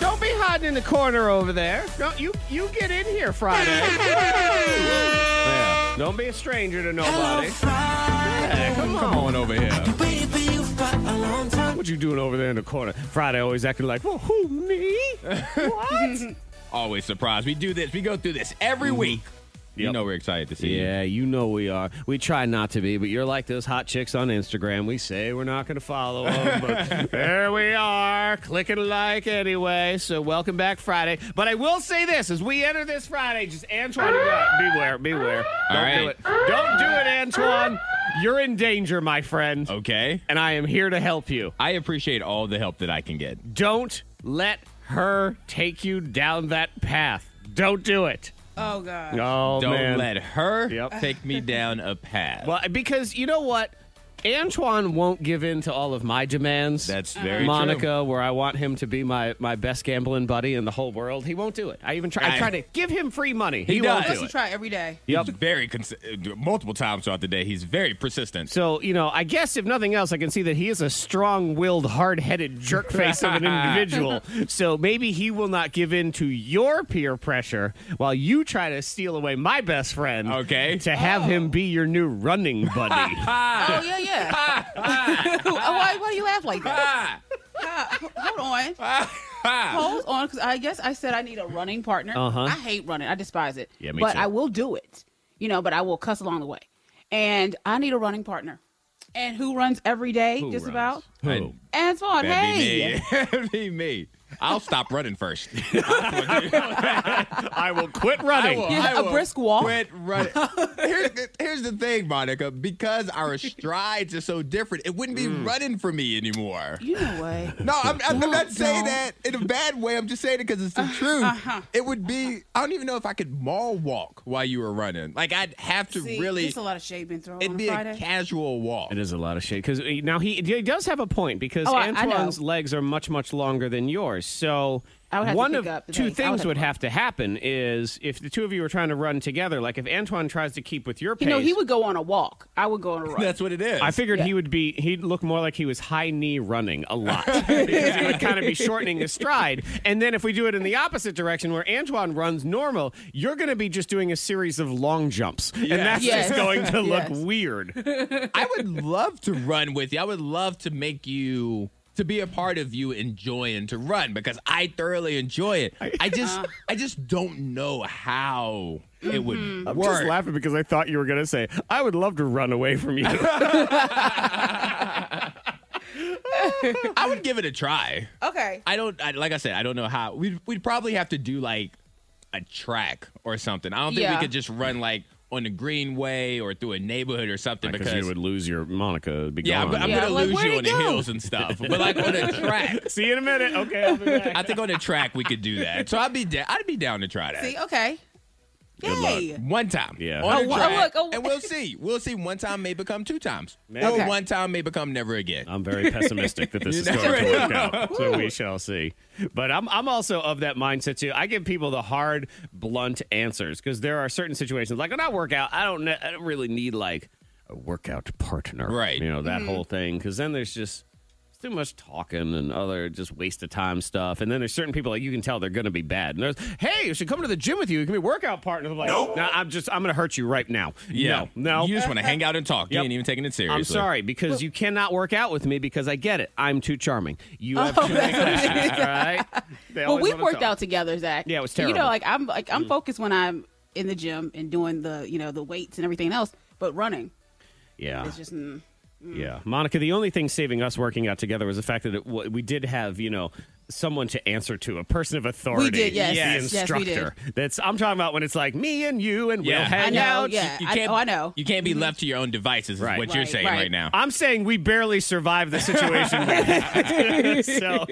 Don't be hiding in the corner over there. Don't, you you get in here Friday. Yeah. Don't be a stranger to nobody. Yeah, come on over here. What you doing over there in the corner? Friday always acting like, well, who me? What? Always surprised. We do this. We go through this every week. You Mm-hmm. Yep. know we're excited to see you. yeah, you know we are. We try not to be, but you're like those hot chicks on Instagram. We say we're not going to follow them, but there we are, clicking like anyway. So welcome back Friday. But I will say this: as we enter this Friday, just Antoine, you got- beware, beware. All Don't do right. it. Don't do it, Antoine. You're in danger, my friend. Okay. And I am here to help you. I appreciate all the help that I can get. Don't let her take you down that path. Don't do it. Oh god. Oh Don't man. let her Yep. take me down a path. well, because you know what, Antoine won't give in to all of my demands. That's very true. Monica, where I want him to be my, my best gambling buddy in the whole world, he won't do it. I even try. I, I- try to give him free money. He won't does. do You it. try every day. Yep. He's very cons- uh, multiple times throughout the day. He's very persistent. So, you know, I guess if nothing else, I can see that he is a strong willed, hard headed jerk face of an individual. So maybe he will not give in to your peer pressure while you try to steal away my best friend. Okay. To have him be your new running buddy. Ah. Oh yeah, yeah. why, why do you laugh like that? Ah, Ah, h- Hold on. ah. Hold on, because I guess I said I need a running partner. Uh-huh. I hate running. I despise it. Yeah, me but too. I will do it. You know, but I will cuss along the way. And I need a running partner. And who runs every day? Who just runs? about. Who? Antoine. That'd hey. be me. be me. I'll stop running first. I will quit running. will- Yeah, I a will brisk walk. Quit running. here's, the, here's the thing, Monica. Because our strides are so different, it wouldn't be Mm. running for me anymore. You know what? No, I'm, I'm, I'm not saying don't. that in a bad way. I'm just saying it because it's Uh-huh, the truth. It would be. I don't even know if I could mall walk while you were running. Like I'd have to See, really. It's a lot of shade being thrown It'd on be a Friday. a casual walk. It is a lot of shade because now he he does have a point because Oh, I- I know. Antoine's legs are much much longer than yours. So I would have to one pick of up the two legs. I would things have would to- have to happen is if the two of you are trying to run together, like if Antoine tries to keep with your pace, you know, he would go on a walk. I would go on a run. That's what it is. I figured he would be. He'd look more like he was high knee running a lot because he would kind of be shortening his stride. And then if we do it in the opposite direction where Antoine runs normal, you're going to be just doing a series of long jumps, and that's Yes. just going to Yes. look weird. I would love to run with you. I would love to make you to be a part of you enjoying to run because I thoroughly enjoy it. I just Uh-huh. I just don't know how it would Mm-hmm. I'm work. just laughing because I thought you were going to say, "I would love to run away from you." I would give it a try. okay. I don't I, like I said I don't know how we'd we'd probably have to do like a track or something. I don't think Yeah. we could just run like on the greenway or through a neighborhood or something because because you would lose your Monica. Be yeah, I'm, gone. I'm Yeah, gonna like, lose where'd you it on the go? hills and stuff. But like on a track, See you in a minute. Okay, I'll be back. I think on a track we could do that. So I'd be da- I'd be down to try that. See, okay. Yay. One time. Yeah. On Oh, a wa- track. look, oh- and we'll see. We'll see. One time may become two times. Okay. Or one time may become never again. I'm very pessimistic that this is You going never to work out. So we shall see. But I'm I'm also of that mindset too. I give people the hard, blunt answers because there are certain situations like when I work out, I don't ne- I don't really need like a workout partner, Right. You know that whole thing because then there's just it's too much talking and other just waste of time stuff. And then there's certain people like you can tell they're going to be bad. And there's hey, you should come to the gym with you. You can be a workout partner. I'm like, Nope. no, I'm just I'm going to hurt you right now. yeah. No, no, You just want to hang out and talk. You Yep. ain't even taking it seriously. I'm sorry because you cannot work out with me because I get it. I'm too charming. You have too many that's what it questions, all right? They Oh. Well, always we've wanna worked talk. out together, Zach. Yeah, it was You know, terrible. Mm. like I'm like I'm focused when I'm in the gym and doing the you know the weights and everything else, but running Yeah, is just mm, yeah. Monica, the only thing saving us working out together was the fact that it, w- we did have you know someone to answer to, a person of authority. did, yes. Yes. The Yes, we did. instructor. That's I'm talking about when it's like me and you and Yeah. we'll hang I know, out. yeah. I- oh, I know. You can't be left to your own devices, is Right. what you're Right, saying right, right. now. I'm saying we barely survived the situation. we had. so,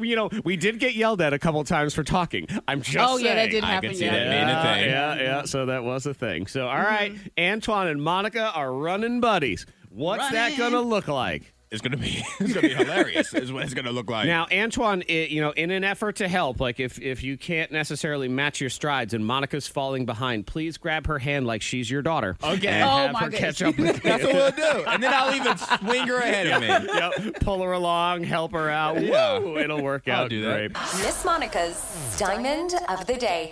you know, we did get yelled at a couple times for talking. I'm just Oh, yeah, that saying. did I happen. can see yeah. that being a thing. Yeah, yeah, yeah. So that was a thing. So, all right, Mm-hmm. Antoine and Monica are running buddies. What's that Running. going to look like? It's gonna be it's gonna be hilarious. Is what it's gonna look like. Now, Antoine, i you know, in an effort to help, like if if you can't necessarily match your strides and Monica's falling behind, please grab her hand like she's your daughter. Okay. and Oh, have my her goodness. catch up with you. That's what we'll do, and then I'll even swing her ahead of me. Yep. Pull her along, help her out. Yeah. Woo, it'll work I'll out do great. that. Miss Monica's Diamond of the Day.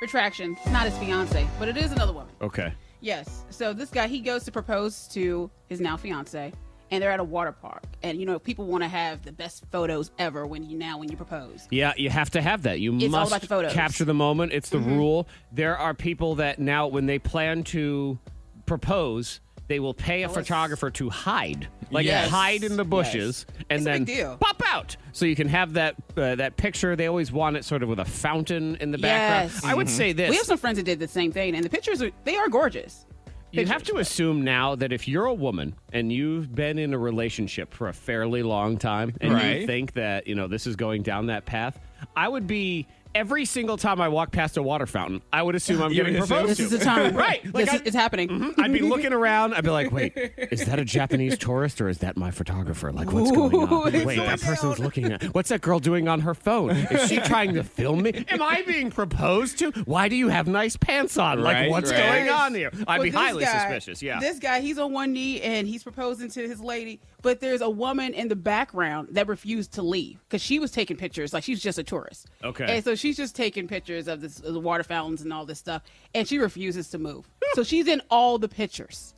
Retraction. Not his fiance, but it is another woman. Okay. Yes. So this guy, he goes to propose to his now fiance, and they're at a water park. And you know, people want to have the best photos ever when you now when you propose. Yeah, you have to have that. You all must about the photos. Mm-hmm. capture the moment. It's the rule. There are people that now, when they plan to propose, they will pay a photographer to hide, like Yes. hide in the bushes, and It's a then big deal. pop out, so you can have that uh, that picture. They always want it sort of with a fountain in the Yes. Mm-hmm. background. I would say this: We have some friends that did the same thing, and the pictures are they are gorgeous. you have to assume now that if you're a woman and you've been in a relationship for a fairly long time and you Right. think that, you know, this is going down that path, I would be every single time I walk past a water fountain, I would assume I'm You getting would assume. proposed This to. is the time, Right. Like this is, I- it's happening. I'd be looking around. I'd be like, wait, is that a Japanese tourist or is that my photographer? Like, what's going Ooh, on? it's Wait, going that person's looking at. What's that girl doing on her phone? Is she trying to film me? Am I being proposed to? Why do you have nice pants on? like, Right, what's right. going on here? I'd Well, be this highly guy- suspicious. Yeah. This guy, he's on one knee and he's proposing to his lady, but there's a woman in the background that refused to leave because she was taking pictures. Like she's just a tourist. Okay. And so she's just taking pictures of, this, of the water fountains and all this stuff, and she refuses to move. so she's in all the pictures.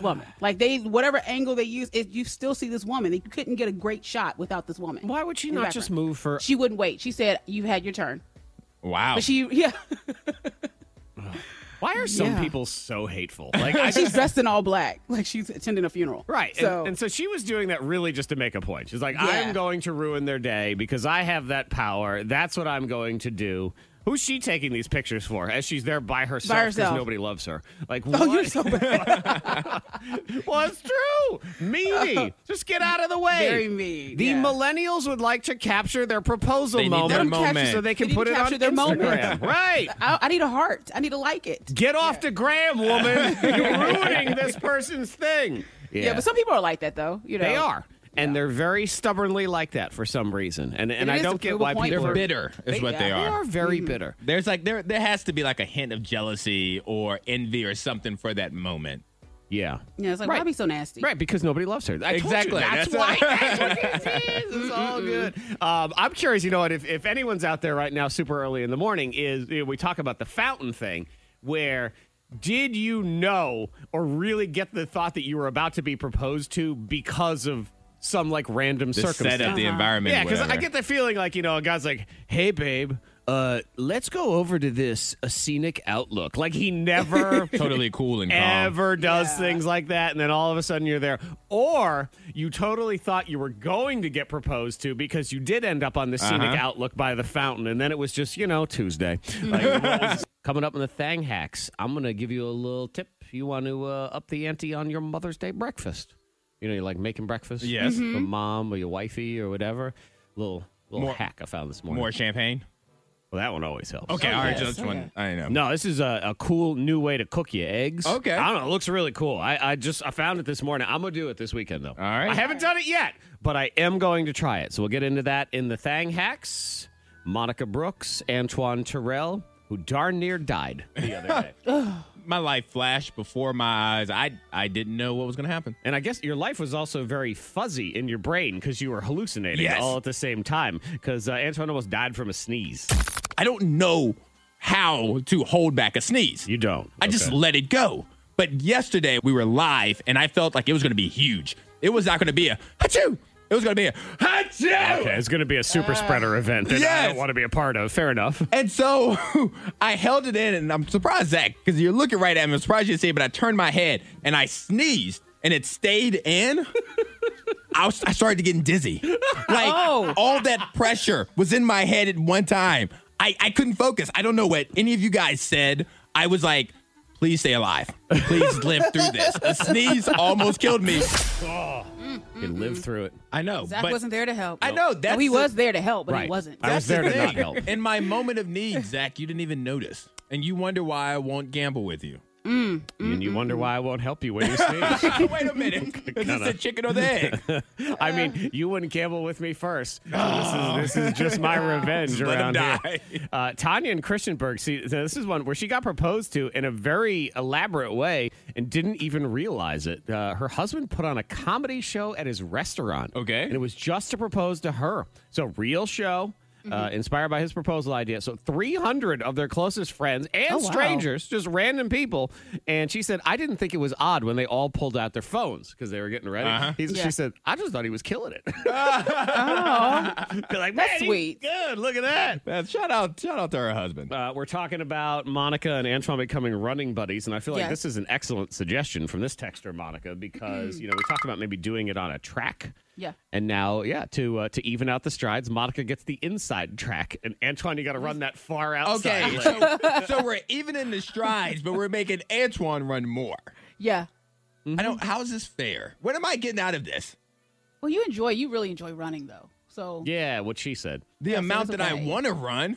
woman, like they, whatever angle they use, it, you still see this woman. You couldn't get a great shot without this woman. Why would she in the not just background. move for? She wouldn't wait. She said, "You've had your turn." Wow. But she, yeah, Why are some Yeah. people so hateful? Like, I she's dressed in all black, like she's attending a funeral. right, and- So and, so she was doing that really just to make a point. She's like, Yeah. "I'm going to ruin their day because I have that power. That's what I'm going to do." Who's she taking these pictures for? As she's there by herself because herself. nobody loves her. Like, oh, what? you're so bad. Oh. well, it's true. Meanie, just get out of the way. Very mean, The yeah. millennials would like to capture their proposal They need moment, their Capture- moment. so they can They need put to it on capture their moment. Instagram. right. I, I need a heart. I need to like it. Get off the gram, woman. You're ruining this person's thing. Yeah. but some people are like that though. You know, They are. And they're very stubbornly like that for some reason. And and It I is don't to get prove a why point people for- are they're bitter. Is They- what they They are. are very bitter. There's like there there has to be like a hint of jealousy or envy or something for that moment. Yeah. Yeah, it's like Right. why be so nasty? Right, because nobody loves her. I told you, Exactly. that's, That's why. what- That's what it is. It's all good. Um, I'm curious, you know, what if, if anyone's out there right now, super early in the morning, is you know, we talk about the fountain thing, where did you know or really get the thought that you were about to be proposed to because of some like random The circumstance? setup, the environment. Yeah, because I whatever. get the feeling like you know, a guy's like, "Hey, babe, uh, let's go over to this a scenic outlook." Like he never totally cool and calm. ever does things like that, and then all of a sudden you're there, or you totally thought you were going to get proposed to because you did end up on the scenic Uh-huh. outlook by the fountain, and then it was just you know Tuesday. Like, what was- coming up in the Thang Hacks, I'm gonna give you a little tip. You want to uh, up the ante on your Mother's Day breakfast. You know, you're like making breakfast, Yes. for mom or your wifey or whatever. Little little More- hack I found this morning. More champagne. Well, that one always helps. Okay, all right, just yes. one. Okay. I know. No, this is a, a cool new way to cook your eggs. Okay. I don't know. It looks really cool. I, I just I found it this morning. I'm gonna do it this weekend though. All right. I haven't done it yet, but I am going to try it. So we'll get into that in the Thang Hacks. Monica Brooks, Antoine Terrell, who darn near died the other day. My life flashed before my eyes. I I didn't know what was going to happen. And I guess your life was also very fuzzy in your brain because you were hallucinating Yes. all at the same time. Because uh, Antoine almost died from a sneeze. I don't know how to hold back a sneeze. You don't. I just Okay. let it go. But yesterday we were live, and I felt like it was going to be huge. It was not going to be a hachoo. It was going to be a hachoo. Okay, it's going to be a super spreader event that I Yes. don't want to be a part of. Fair enough. And so I held it in, and I'm surprised, Zach, because you're looking right at me. I'm surprised you didn't see it, but I turned my head and I sneezed, and it stayed in. I, was, I started getting dizzy. Like Oh. all that pressure was in my head at one time. I, I couldn't focus. I don't know what any of you guys said. I was like, please stay alive. Please live through this. A sneeze almost killed me. You can live through it. I know. Zach but wasn't there to help. I know, No, that's he the- was there to help, but Right. he wasn't. I was That's there the to not thing. help. In my moment of need, Zach, you didn't even notice. And you wonder why I won't gamble with you. And you wonder why I won't help you when you sneeze. Wait a minute. Is this the chicken or the egg? I mean, you wouldn't gamble with me first. So this, is, this is just my revenge Let around him here. die. Uh, Tanya and Christianberg, see, this is one where she got proposed to in a very elaborate way and didn't even realize it. Uh, her husband put on a comedy show at his restaurant. Okay. And it was just to propose to her. It's a real show. Uh, Mm-hmm. inspired by his proposal idea. So 300 of their closest friends and Oh, wow. strangers, just random people. And she said, I didn't think it was odd when they all pulled out their phones because they were getting ready. He's, Yeah. She said, I just thought he was killing it. Be like, man, That's he's sweet. Good, look at that. Man, shout out, shout out to her husband. Uh, we're talking about Monica and Antoine becoming running buddies, and I feel like Yes. this is an excellent suggestion from this texter, Monica, because you know we talked about maybe doing it on a track. Mm. Yeah. And now, yeah, to uh, to even out the strides, Monica gets the inside track, and Antoine, you got to run that far outside. Okay, leg. so, so we're even in the strides, but we're making Antoine run more. Yeah. I don't. Mm-hmm. How is this fair? What am I getting out of this? Well, you enjoy. You really enjoy running, though. So yeah, what she said. The amount it's that I okay. want to run.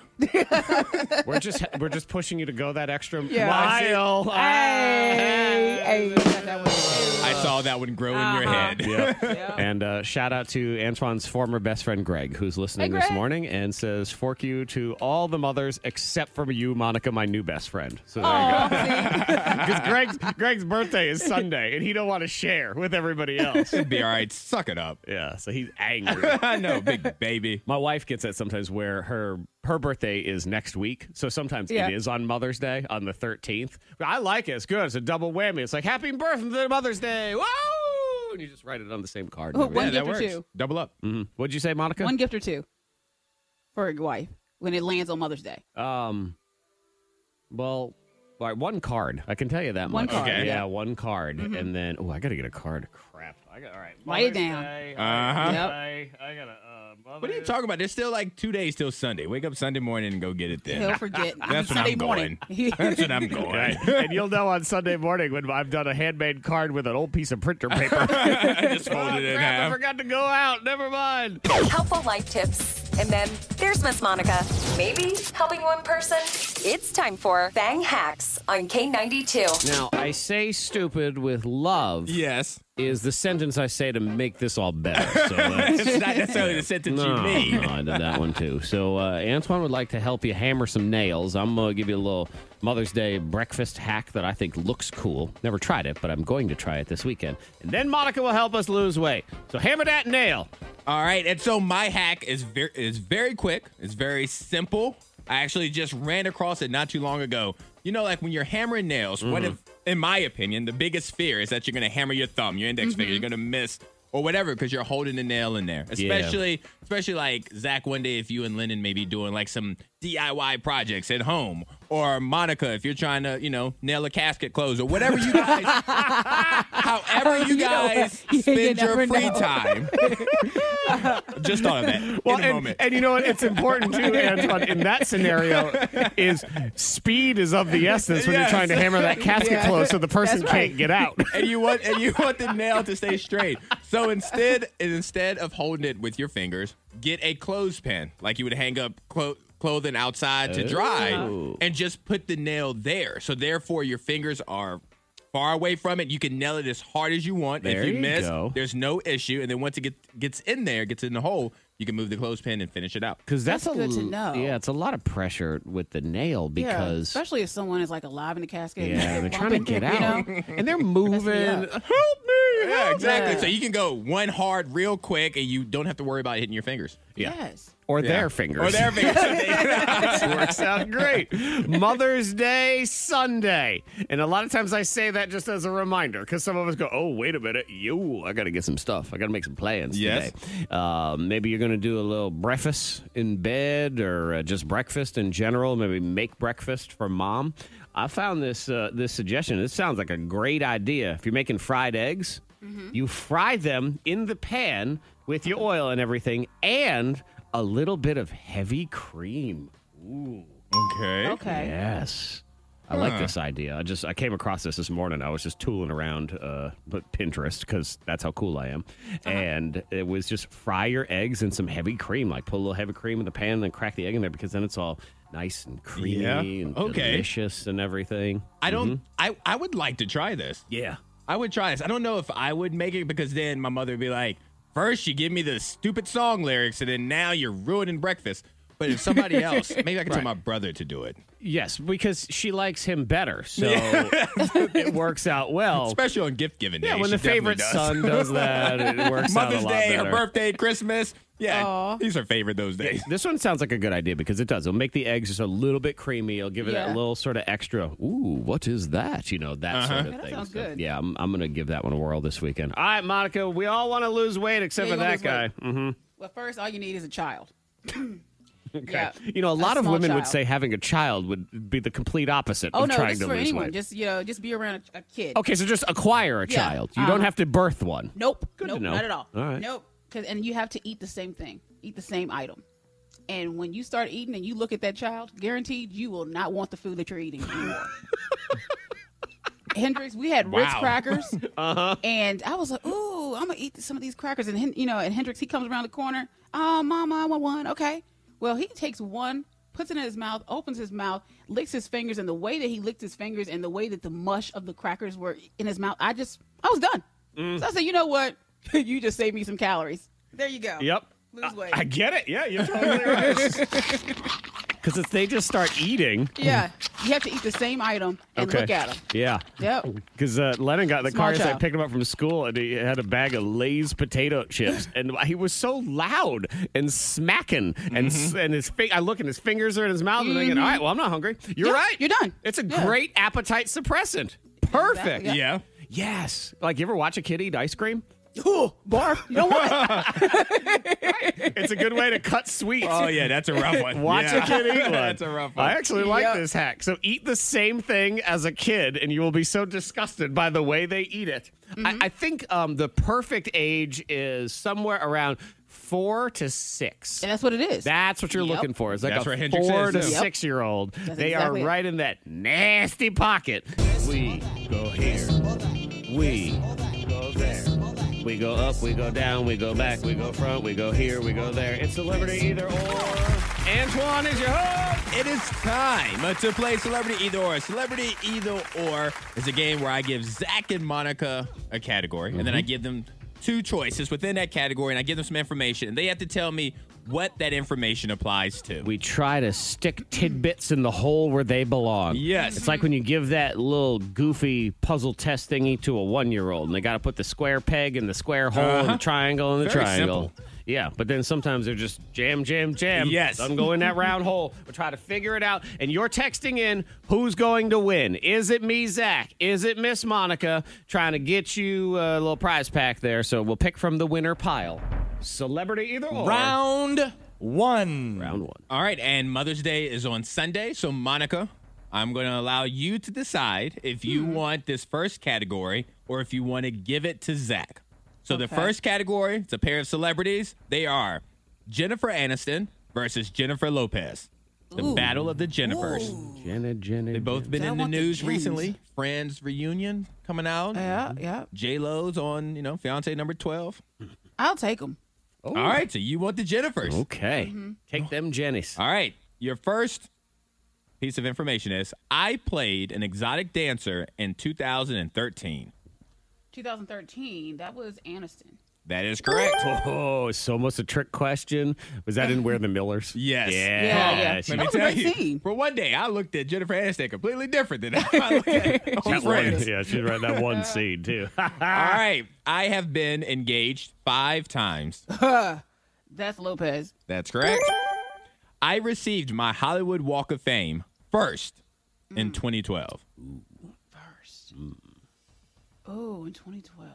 We're just we're just pushing you to go that extra Yeah. mile. Ah. Hey, hey, that was- I saw that one grow in Uh-huh. your head. Yep. And uh, shout out to Antoine's former best friend Greg, who's listening Hey, this Greg. morning and says, "Fork you to all the mothers except from you, Monica, my new best friend." So there you Oh, see? go. Because Greg's Greg's birthday is Sunday, and he don't want to share with everybody else. It'd be all right. Suck it up. yeah, so he's angry. I know, big baby. My wife gets that sometimes where her her birthday is next week. So sometimes Yeah. it is on Mother's Day on the 13th. But I like it. It's good. It's a double whammy. It's like happy birthday Mother's Day. Whoa! And you just write it on the same card. and Oh, everything. One yeah, that gift or works. two. Double up. What'd you say, Monica? one gift or two for your wife when it lands on Mother's Day. Um. Well, all right, one card. I can tell you that One much. card, Yeah, Okay. yeah. one card, and then oh, I gotta get a card. Crap. I got all right. Write it Mother's down. Day, Uh-huh. Yep. Uh, I, I gotta. Uh, What are you Mother's- talking about? There's still like two days till Sunday. Wake up Sunday morning and go get it then. He'll forget. That's when Sunday I'm morning. going. That's what I'm going. and you'll know on Sunday morning when I've done a handmade card with an old piece of printer paper. I just folded it in Crap, I half. forgot to go out. Never mind. Helpful life tips. And then there's Miss Monica. Maybe helping one person. It's time for Bang Hacks on K92. Now I say stupid with love Yes. is the sentence I say to make this all better. So uh, It's not necessarily the sentence No, you need. no, I did that one too. So uh, Antoine would like to help you hammer some nails. I'm gonna give you a little Mother's Day breakfast hack that I think looks cool. Never tried it, but I'm going to try it this weekend. And then Monica will help us lose weight. So hammer that nail. All right, and so my hack is very is very quick. It's very simple. I actually just ran across it not too long ago. You know, like when you're hammering nails, what Mm-hmm. if, in my opinion, the biggest fear is that you're gonna hammer your thumb, your index finger, Mm-hmm. you're gonna miss or whatever because you're holding the nail in there. Especially, especially like Zach. One day, if you and Lennon may be doing like some DIY projects at home, or Monica, if you're trying to, you know, nail a casket close or whatever you guys, however you You know what? guys You spend your never free know. time. Just thought of that. in a and, moment. and you know what? It's important too, Antoine. In that scenario, is speed is of the essence when you're Yes. trying to hammer that casket Yeah. close so the person That's can't right. get out. and you want and you want the nail to stay straight. So instead, instead of holding it with your fingers, get a clothespin like you would hang up clo- clothing outside to dry, and just put the nail there. So therefore, your fingers are far away from it. You can nail it as hard as you want. There if you, you miss, go. there's no issue. And then once it get, gets in there, gets in the hole, you can move the clothespin and finish it out. Because that's, That's a good to l- know. Yeah, it's a lot of pressure with the nail Yeah, because especially if someone is like alive in the casket. Yeah, they're trying to get You know? out. And they're moving. Messed Help me. Yeah, help me. exactly. Yeah. So you can go one hard, real quick, and you don't have to worry about hitting your fingers. Yes. Or Yeah. their fingers. Or their fingers. It works out great. Mother's Day Sunday. And a lot of times I say that just as a reminder because some of us go, oh, wait a minute. Yo, I got to get some stuff. I got to make some plans Yes. today. Um, maybe you're going to do a little breakfast in bed or uh, just breakfast in general. Maybe make breakfast for mom. I found this uh, this suggestion. This sounds like a great idea. If you're making fried eggs, You fry them in the pan with your oil and everything, and a little bit of heavy cream. Okay. Okay. Yes. I like this idea. I just I came across this this morning. I was just tooling around uh, but Pinterest because that's how cool I am, Uh-huh. and it was just fry your eggs in some heavy cream. Like put a little heavy cream in the pan and then crack the egg in there because then it's all nice and creamy Yeah. and Okay. delicious and everything. I don't. Mm-hmm. I I would like to try this. Yeah. I would try this. I don't know if I would make it because then my mother would be like, first you give me the stupid song lyrics, and then now you're ruining breakfast. But if somebody else, maybe I can tell my brother to do it, Yes, because she likes him better, so it works out well. especially on gift giving day. yeah, when she the definitely favorite does. son does that, it works out Mother's a lot Day, her better. birthday, Christmas. Yeah, Aw. these are favorite those days. This one sounds like a good idea because it does. It'll make the eggs just a little bit creamy. It'll give it Yeah. that little sort of extra. Ooh, what is that? You know that sort of that thing. sounds So, good. yeah, I'm, I'm gonna give that one a whirl this weekend. All right, Monica, we all want to lose weight except Yeah, for you wanna that guy. lose Well, first, all you need is a child. Okay. Yeah. Mm. You know, a lot of small women would child. say having a child would be the complete opposite Oh of no, trying this is to for lose anyone. weight. Just you know, just be around a, a kid. okay, so just acquire a Yeah, child. You don't uh-huh. have to birth one. Nope. Good to nope. know. Not at all. All right. Nope. 'Cause- and you have to eat the same thing, eat the same item. And when you start eating and you look at that child, guaranteed you will not want the food that you're eating anymore. Hendrix, we had Ritz Wow. crackers, Uh-huh. and I was like, "Ooh, I'm gonna eat some of these crackers." And Hen- you know, and Hendrix, he comes around the corner. Oh, Mama, I want one. Okay. Well, he takes one, puts it in his mouth, opens his mouth, licks his fingers, and the way that he licked his fingers and the way that the mush of the crackers were in his mouth, I just, I was done. So I said, "You know what? you just saved me some calories. There you go. Yep. Lose weight. I get it. Yeah, you're totally right. Because if they just start eating, yeah. You have to eat the same item and okay. look at them. Yeah. Yep. Because uh, Lennon got in the Small car yesterday, I child. picked him up from school, and he had a bag of Lay's potato chips, and he was so loud and smacking, and s and his fi- I look and his fingers are in his mouth, and thinking, all right, well, I'm not hungry. You're Yeah, right, Mm-hmm. you're done. It's a Yeah. great appetite suppressant. Perfect. Yeah. Yeah. Yes. Like you ever watch a kid eat ice cream? Ooh, barf. You don't want it. It's a good way to cut sweets. Oh yeah, that's a rough one. Watch yeah. a kid eat one. that's a rough one. I actually like Yep. this hack. So eat the same thing as a kid, and you will be so disgusted by the way they eat it. I, I think um, the perfect age is somewhere around four to six. And that's what it is. That's what you're Yep. looking for. It's like That's a where Hendrix four is, to too. Yep. six year old. They exactly are it. right in that nasty pocket. We go here. We go there. We go up, we go down, we go back, we go front, we go here, we go there. It's celebrity either or. Antoine is your host. It is time uh, to play Celebrity Either Or. Celebrity Either Or is a game where I give Zach and Monica a category, and then I give them two choices within that category, and I give them some information, and they have to tell me what that information applies to. We try to stick tidbits in the hole where they belong. Yes. It's like when you give that little goofy puzzle test thingy to a one year old and they got to put the square peg in the square hole and the triangle in the Uh-huh. Very triangle. simple. Yeah, but then sometimes they're just jam, jam, jam. Yes. Some go in that round hole. We'll try to figure it out. And you're texting in who's going to win. Is it me, Zach? Is it Miss Monica? Trying to get you a little prize pack there. So we'll pick from the winner pile. Celebrity either or. Round one. Round one. All right, and Mother's Day is on Sunday, so Monica, I'm going to allow you to decide if you Hmm. want this first category or if you want to give it to Zach. So the Okay. first category, it's a pair of celebrities. They are Jennifer Aniston versus Jennifer Lopez. The battle of the Jennifers. Jenna, Jenna. They've both been I in the want the Uh, news Jens. recently. Friends reunion coming out. Yeah, yeah. J Lo's on, you know, fiance number twelve. I'll take them. All right, so you want the Jennifers. Okay. Oh. Take them, Jennies. All right. Your first piece of information is I played an exotic dancer in 2013. 2013. That was Aniston. That is correct. Oh, it's almost a trick question. Was that in Where the Millers? Yes. Yeah. Yeah, yeah. she- That was a great scene. for one day, I looked at Jennifer Aniston completely different than I looked at that on one, Friends. yeah, she's right. That one scene too. All right. I have been engaged five times. That's Lopez. That's correct. I received my Hollywood Walk of Fame first in 2012. First. Oh, in 2012.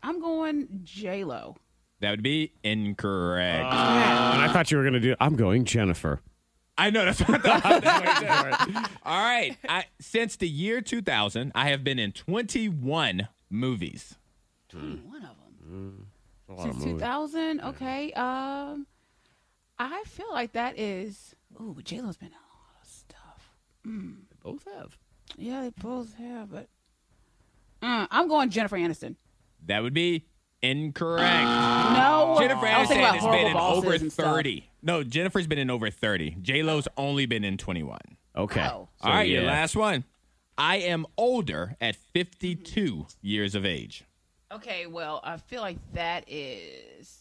I'm going J Lo. That would be incorrect. and I thought you were gonna do. I'm going Jennifer. I know that's what I thought. All right. I, since the year 2000, I have been in 21 movies. Mm. Twenty-one of them since two thousand. Okay. Um, I feel like that is. Ooh, J Lo's been in a lot of stuff. Mm. Both have. Yeah, they both have, but Mm, I'm going Jennifer Aniston. That would be incorrect. No, Jennifer I was thinking Aniston about has horrible been in bosses over and stuff. 30. No, Jennifer's been in over 30. J Lo's only been in 21. Okay. Oh. So, All right, your yeah. last one. I am older at 52 years of age. Okay, well, I feel like that is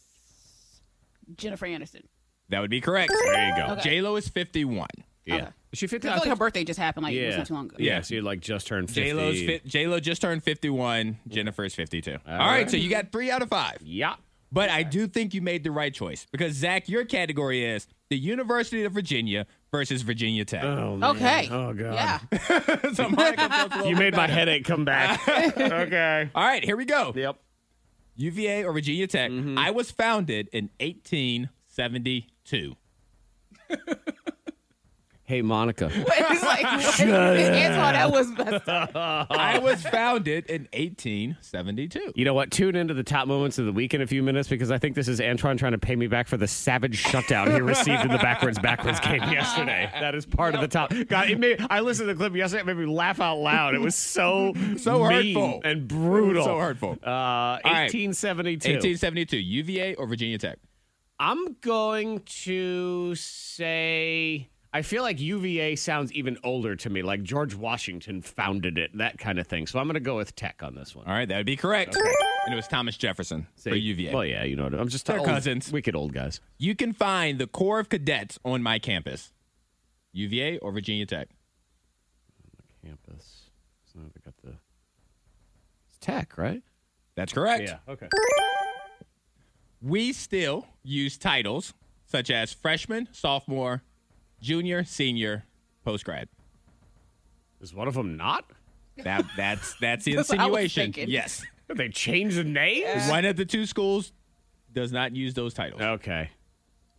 Jennifer Aniston. That would be correct. There you go. Okay. J Lo is 51. Yeah. Okay. Is she 50? I feel like her birthday just happened, like it was not too long ago. Yeah, so you like just turned 50. J Lo's fi- J Lo just turned 51. Jennifer is 52. All right. right. so you got three out of five. Yeah. But I do think you made the right choice because Zach, your category is the University of Virginia versus Virginia Tech. Okay. Oh, God. Yeah. So Monica felt a Oh, little You bit made my better. headache come back. okay. All right, here we go. Yep. UVA or Virginia Tech. Mm-hmm. I was founded in 1872. Hey, Monica. it's like what? Antoine, that was messed up. Oh. I was founded in 1872. You know what? Tune into the top moments of the week in a few minutes because I think this is Antron trying to pay me back for the savage shutdown he received in the backwards backwards game yesterday. That is part of the top. God, it made, I listened to the clip yesterday. It made me laugh out loud. It was so So mean hurtful. and brutal. So hurtful. Uh, right. 1872. 1872. UVA or Virginia Tech. I'm going to say I feel like UVA sounds even older to me, like George Washington founded it, that kind of thing. So I'm going to go with Tech on this one. All right, that would be correct. And it was Thomas Jefferson for Say- UVA. Well, yeah, you know what I'm just They're old, cousins. wicked old guys. You can find the Corps of Cadets on my campus. UVA or Virginia Tech. Campus. So we got the it's Tech, right? That's correct. Okay. We still use titles such as freshman, sophomore, junior, senior, post grad. Is one of them not? That that's that's the That's what I was insinuation. thinking. yes. Did they change the names? One of the two schools does not use those titles. Okay.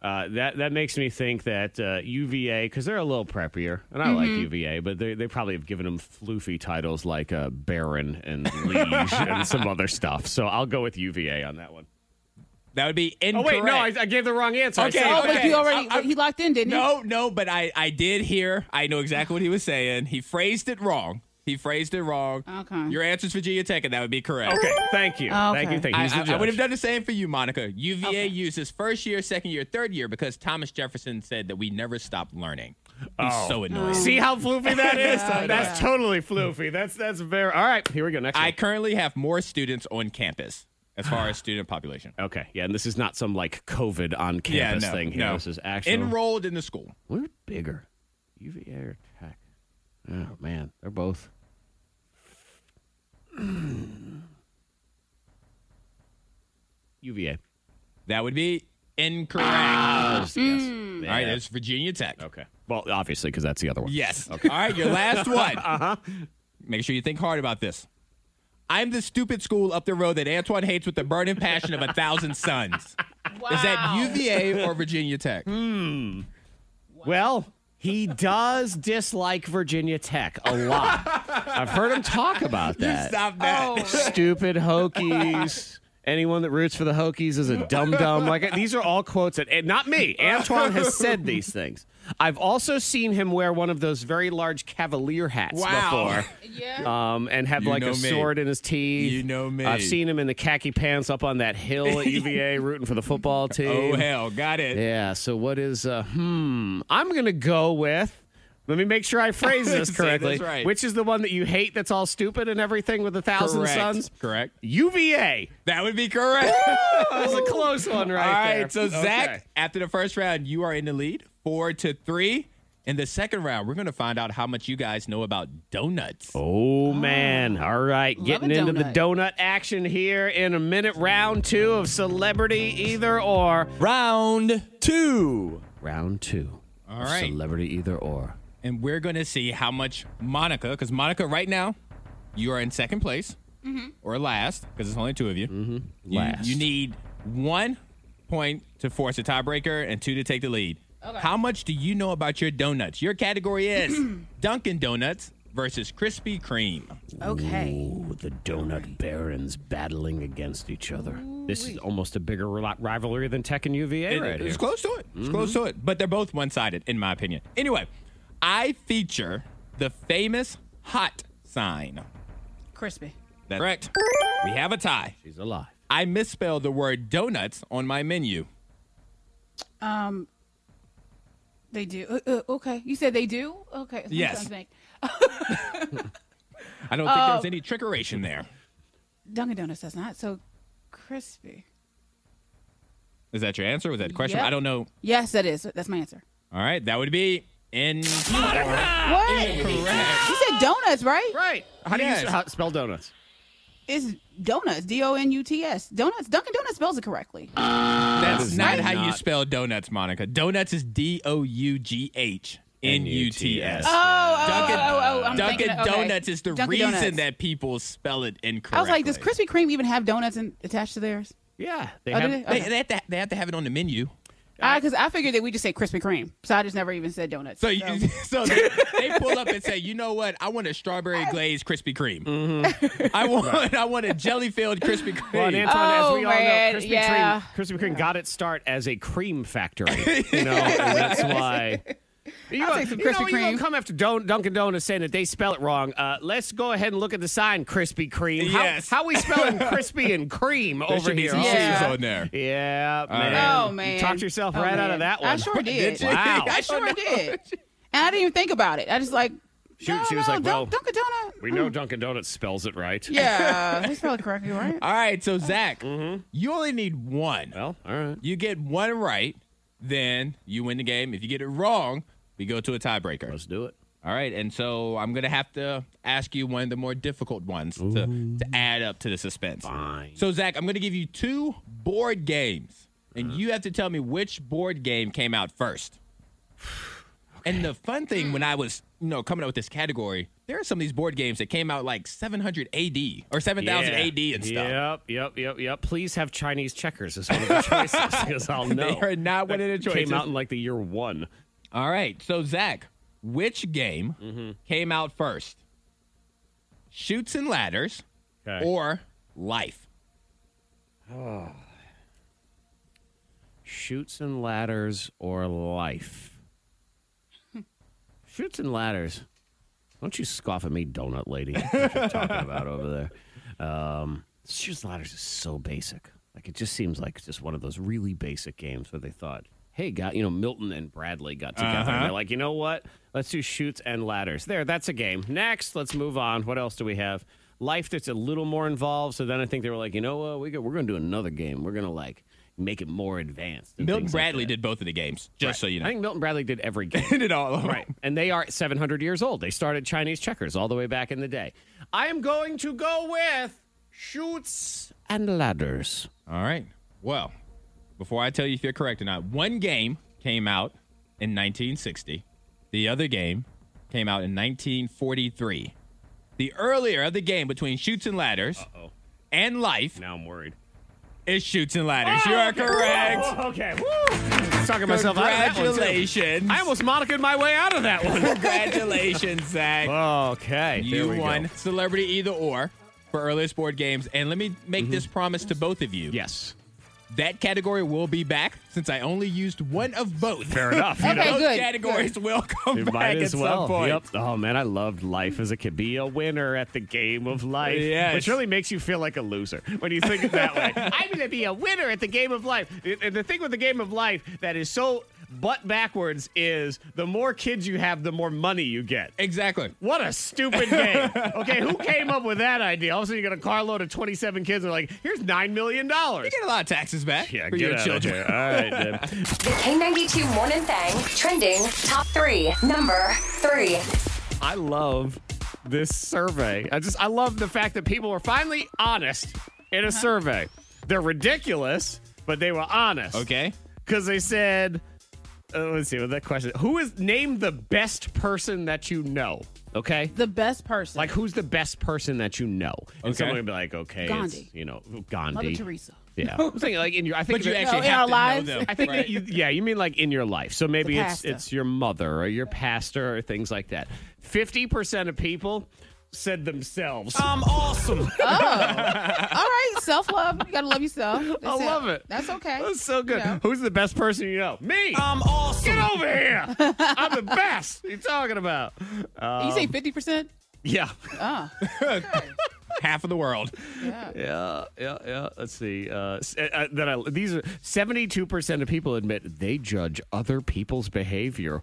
Uh, that that makes me think that uh, UVA because they're a little preppier, and I like Mm-hmm. UVA, but they, they probably have given them floofy titles like uh, Baron and Liege and some other stuff. So I'll go with UVA on that one. That would be Oh incorrect. wait, no, I, I gave the wrong answer. I Okay, said- Oh, but Okay. you already I- I- he locked in, didn't no, no, but I, I did hear. I know exactly what he was saying. He phrased it wrong. He phrased it wrong. Okay. Oh, Your answer's Virginia Tech, and that would be correct. okay, thank you, thank you, Okay. thank you. Oh, I, He's the I- I would judge. have done the same for you, Monica. UVA uses first year, second year, third year because Thomas Jefferson said that we never stop learning. He's Oh. so annoying. See how floofy that is? Yeah, that's totally floofy. That's that's very. All right, here we go. Next. I one. currently have more students on campus as far as student population. Okay, yeah, and this is not some like COVID on campus thing here. This is actual. enrolled in the school. We're bigger. UVA or Tech? Oh man, they're both. UVA. That would be incorrect. All right, that's Virginia Tech. Ah. Okay. Well, obviously, because that's the other one. Yes. All right, your last one. uh-huh. Make sure you think hard about this. I'm the stupid school up the road that Antoine hates with the burning passion of a thousand suns. he? Wow. Is that UVA or Virginia Tech? Well, he does dislike Virginia Tech a lot. I've heard him talk about that. Stop that. Stupid Hokies. Anyone that roots for the Hokies is a dum dum. Like these are all quotes that, and not me. Antoine has said these things. I've also seen him wear one of those very large cavalier hats Wow. Yeah. before, um, and have You like a know me. sword in his teeth. You know me. I've seen him in the khaki pants up on that hill at UVA rooting for the football team. Oh hell, got it. Yeah. So what is? Uh, hmm. I'm gonna go with. Let me make sure I phrase this Say correctly. that's right. Which is the one that you hate? That's all stupid and everything with a thousand Correct. suns. Correct. UVA. That would be correct. That was a close one, right All right, there. so Okay. Zach, after the first round, you are in the lead, four to three. In the second round, we're going to find out how much you guys know about donuts. Oh man! All right, getting into the donut. donut action here in a minute. Round two of celebrity either or. Round two, Round two. All of right. Celebrity either or. and we're going to see how much Monica, because Monica, right now, you are in second place or last, because it's only two of you. Mm-hmm. Last. You, need one point to force a tiebreaker and two to take the lead. How much do you know about your donuts? Your category is Dunkin' Donuts versus Krispy Kreme. Okay. Ooh, the donut barons battling against each other. This is almost a bigger ri- rivalry than Tech and UVA It- right it's here. Mm-hmm. close to it. It's close to it. But they're both one sided, in my opinion. Anyway, I feature the famous hot sign. Crispy. That's correct. We have a tie. She's alive. I misspelled the word donuts on my menu. They do. Uh, uh, okay. You said they do? Okay. Sometimes Yes. I think. I don't think there was Oh. any trickeration there. Dunkin' Donuts does not. So crispy. Is that your answer? Was that a question? Yep. I don't know. Yes, that is. That's my answer. All right, that would be in. What? You said donuts, right? Right. How do Yes. you s- how- spell donuts? It's donuts. D O N U T S. Donuts. Dunkin' Donuts spells it correctly. That's not not- how you spell donuts, Monica. Donuts is D O U G H N U T S. Oh, Dunkin', oh, oh, I'm Dunkin' thinking- okay. Donuts is the Dunkin' reason Donuts. that people spell it incorrectly. I was like, does Krispy Kreme even have donuts in, attached to theirs? Yeah. They Oh, do have, they? They, they have to, they have to have it on the menu. Because I, figured that we just say Krispy Kreme, so I just never even said donuts. So, you, so they, they pull up and say, you know what? I want a strawberry glazed Krispy Kreme. I want I want a jelly filled Krispy Mm-hmm. Well, and Kreme. Antoine, as we Oh, all man, know, Krispy yeah. Kreme, Krispy Kreme got its start as a cream factory. You know, and that's why. You, I'll gonna- take some you know, you Krispy gonna Kreme. come after Don- Dunkin' Donuts saying that they spell it wrong. Uh, let's go ahead and look at the sign, Krispy Kreme. How, Yes. how we spelling crispy and cream There over should be here? some Oh, cheese yeah. cheese Yeah. on there. Yeah, Oh, man. man. You talked yourself Oh, right out man. of that one. I sure did. Wow. I sure did. And I didn't even think about it. I just like. She- no, she was no, like, Dun- well, Dunkin' Donuts. We know Dunkin' Donuts spells it right. Hmm. Yeah, we spell it correctly, right? All right, so Zach, you only need one. Mm-hmm. Well, all right. You get one right, then you win the game. If you get it wrong, we go to a tiebreaker. Let's do it. All right, and so I'm gonna have to ask you one of the more difficult ones to, to add up to the suspense. Fine. So Zach, I'm gonna give you two board games, and Uh-huh. you have to tell me which board game came out first. And the fun thing when I was, you know, coming up with this category, there are some of these board games that came out like 700 AD or 7000 Yeah. AD and stuff. Yep, yep, yep, yep. Please have Chinese checkers as one of the choices because I'll know. are not one of the That choices. Came out in like the year one. All right, so Zach, which game Mm-hmm. came out first? Shoots and ladders Okay. or life? Shoots and ladders or life? Shoots and ladders. Don't you scoff at me, donut lady. What you're talking about over there? Um, shoots and ladders is so basic. Like it just seems like just one of those really basic games where they thought, "Hey, got you know Milton and Bradley got together Uh-huh. and they're like, you know what? Let's do shoots and ladders. There, that's a game. Next, let's move on. What else do we have? Life that's a little more involved. So then I think they were like, you know what? We go, we're going to do another game. We're going to like make it more advanced. and Milton things like Bradley that. did both of the games, just so you know. I think Milton Bradley did every game. did all of them. Right. And they are 700 years old. They started Chinese checkers all the way back in the day. I am going to go with shoots and ladders. All right. Well, before I tell you if you're correct or not, one game came out in 1960. The other game came out in 1943. The earlier of the game between Shoots and Ladders and Life Now I'm worried. Oh, is Shoots and Ladders. you are correct. okay. Woo. Talking Ah! myself out of that one, too. Congratulations. I almost Monica my way out of that one. Congratulations, Zach. okay. you won Celebrity Either Or for earliest board games. And let me make Mm-hmm. this promise to both of you. Yes. That category will be back since I only used one of both. Fair enough. Okay, Those good, categories will come It back might at as well. some point. Yep. Oh man, I loved life as a kid. Be a winner at the game of life, Yes. which really makes you feel like a loser when you think of that way. I'm going to be a winner at the game of life. It- And the thing with the game of life that is so butt backwards is the more kids you have, the more money you get. Exactly. What a stupid game. Okay, who came up with that idea? Also, you got a carload of 27 kids and are like, here's $9 million. You get a lot of taxes back Yeah, for get your out children. Of here. All right, then. The K92 Morning Thang trending top three. Number three. I love this survey. I just I love the fact that people are finally honest in Uh-huh. a survey. They're ridiculous, but they were honest. Okay. Because they said, uh, let's see what that question. Who is name the best person that you know? Okay. The best person. Like who's the best person that you know? And Okay. someone would be like, okay, it's, Gandhi. you know, Gandhi. Mother Teresa. Yeah, I'm saying like in your. I think But of you it- actually in have our to lives? know them. I think that right? you, yeah, you mean like in your life. So maybe The it's pasta. it's your mother or your pastor or things like that. Fifty percent of people said themselves. I'm awesome. All right, self love. You gotta love yourself. I That's love it. That's okay. That's so good. You know. Who's the best person you know? Me. I'm awesome. Get over here. I'm the best. What are you talking about? Uh, you say fifty percent? yeah. Oh, Half of the world. yeah. Yeah, yeah, yeah. Let's see. Uh, s- uh, uh, that I, these are seventy-two percent of people admit they judge other people's behavior.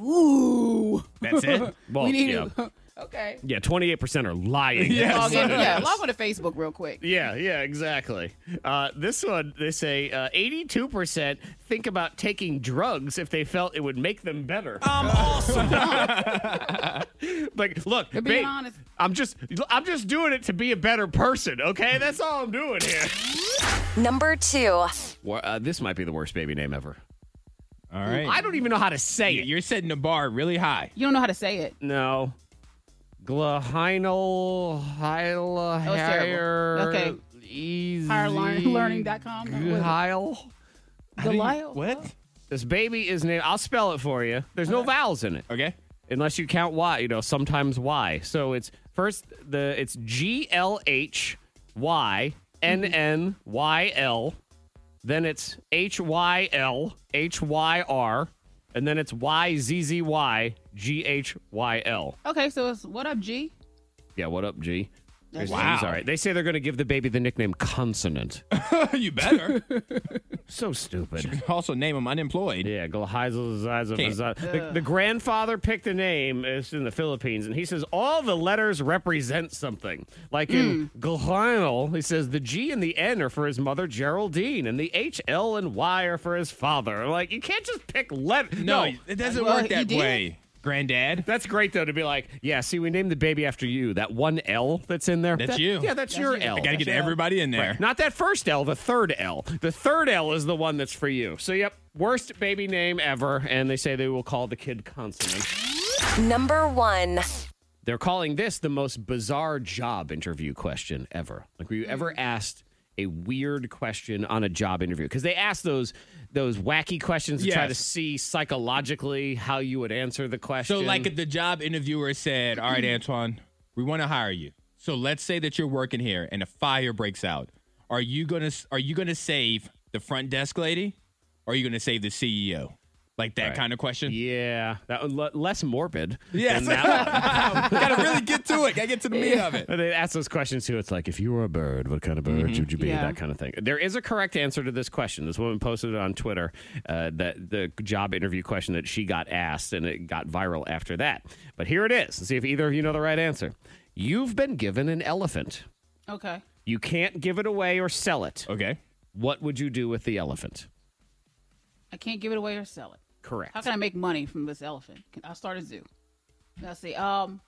Ooh. That's it. Well, we need yeah, to. Okay. yeah. Twenty-eight percent are lying. Log in. Yeah, Yes. log on to Facebook real quick. Yeah, yeah, exactly. Uh, this one, they say uh, 82% think about taking drugs if they felt it would make them better. I'm awesome. like, look, They're being babe, honest. I'm just, I'm just doing it to be a better person. Okay, that's all I'm doing here. Number two. Well, uh, this might be the worst baby name ever. All right. I don't even know how to say it. You're setting the bar really high. You don't know how to say it. No. Glahinal hyla was terrible. Okay. easy Higherlearning.com? Heil. Goliath. What? This baby is named. I'll spell it for you. There's no vowels in it, Okay. unless you count Y. You know, sometimes Y. So it's first the it's G L H Y N N Y L, then it's H Y L H Y R, and then it's Y Z Z Y G H Y L. Okay, so it's what up, G? Yeah, what up, G? There's Wow. G's, All right. They say they're going to give the baby the nickname consonant. you better. so stupid. also name him unemployed. Yeah, Glaheisel Can't. the, the grandfather picked a name. It's in the Philippines, and he says all the letters represent something. Like in Hmm. Glaheisel, he says the G and the N are for his mother Geraldine, and the H, L, and Y are for his father. I'm like you can't just pick letter. No, it doesn't Well, work he that did. way, granddad. That's great though to be like, yeah. See, we named the baby after you. That one L that's in there. That's that- you. Yeah, that's, your L. I got to get everybody in there. Not that first L, the third L. The third L is the one that's for you. So, yep, worst baby name ever. And they say they will call the kid consonant. Number one. They're calling this the most bizarre job interview question ever. Like, were you ever Mm. asked a weird question on a job interview? Because they ask those those wacky questions to try to Yes. see psychologically how you would answer the question. So, like, if the job interviewer said, All right, Antoine, we want to hire you. So let's say that you're working here and a fire breaks out. Are you gonna are you gonna save the front desk lady? Or are you gonna save the CEO? Like that kind of question? yeah, that one le- less morbid. Yes. than that one. gotta really get to it. Gotta get to the meat of it. And they ask those questions too. It's like, if you were a bird, what kind of bird should you be? Yeah. That kind of thing. There is a correct answer to this question. This woman posted it on Twitter uh, that the job interview question that she got asked, and it got viral after that. But here it is. See if either of you know the right answer. You've been given an elephant. Okay. You can't give it away or sell it. Okay. What would you do with the elephant? I can't give it away or sell it. Correct. How can I make money from this elephant? Can- I'll start a zoo. Let's see. Um,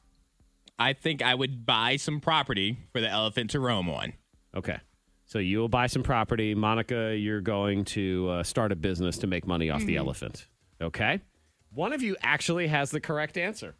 I think I would buy some property for the elephant to roam on. Okay. So you'll buy some property. Monica, you're going to uh, start a business to make money off the elephant. Okay. One of you actually has the correct answer.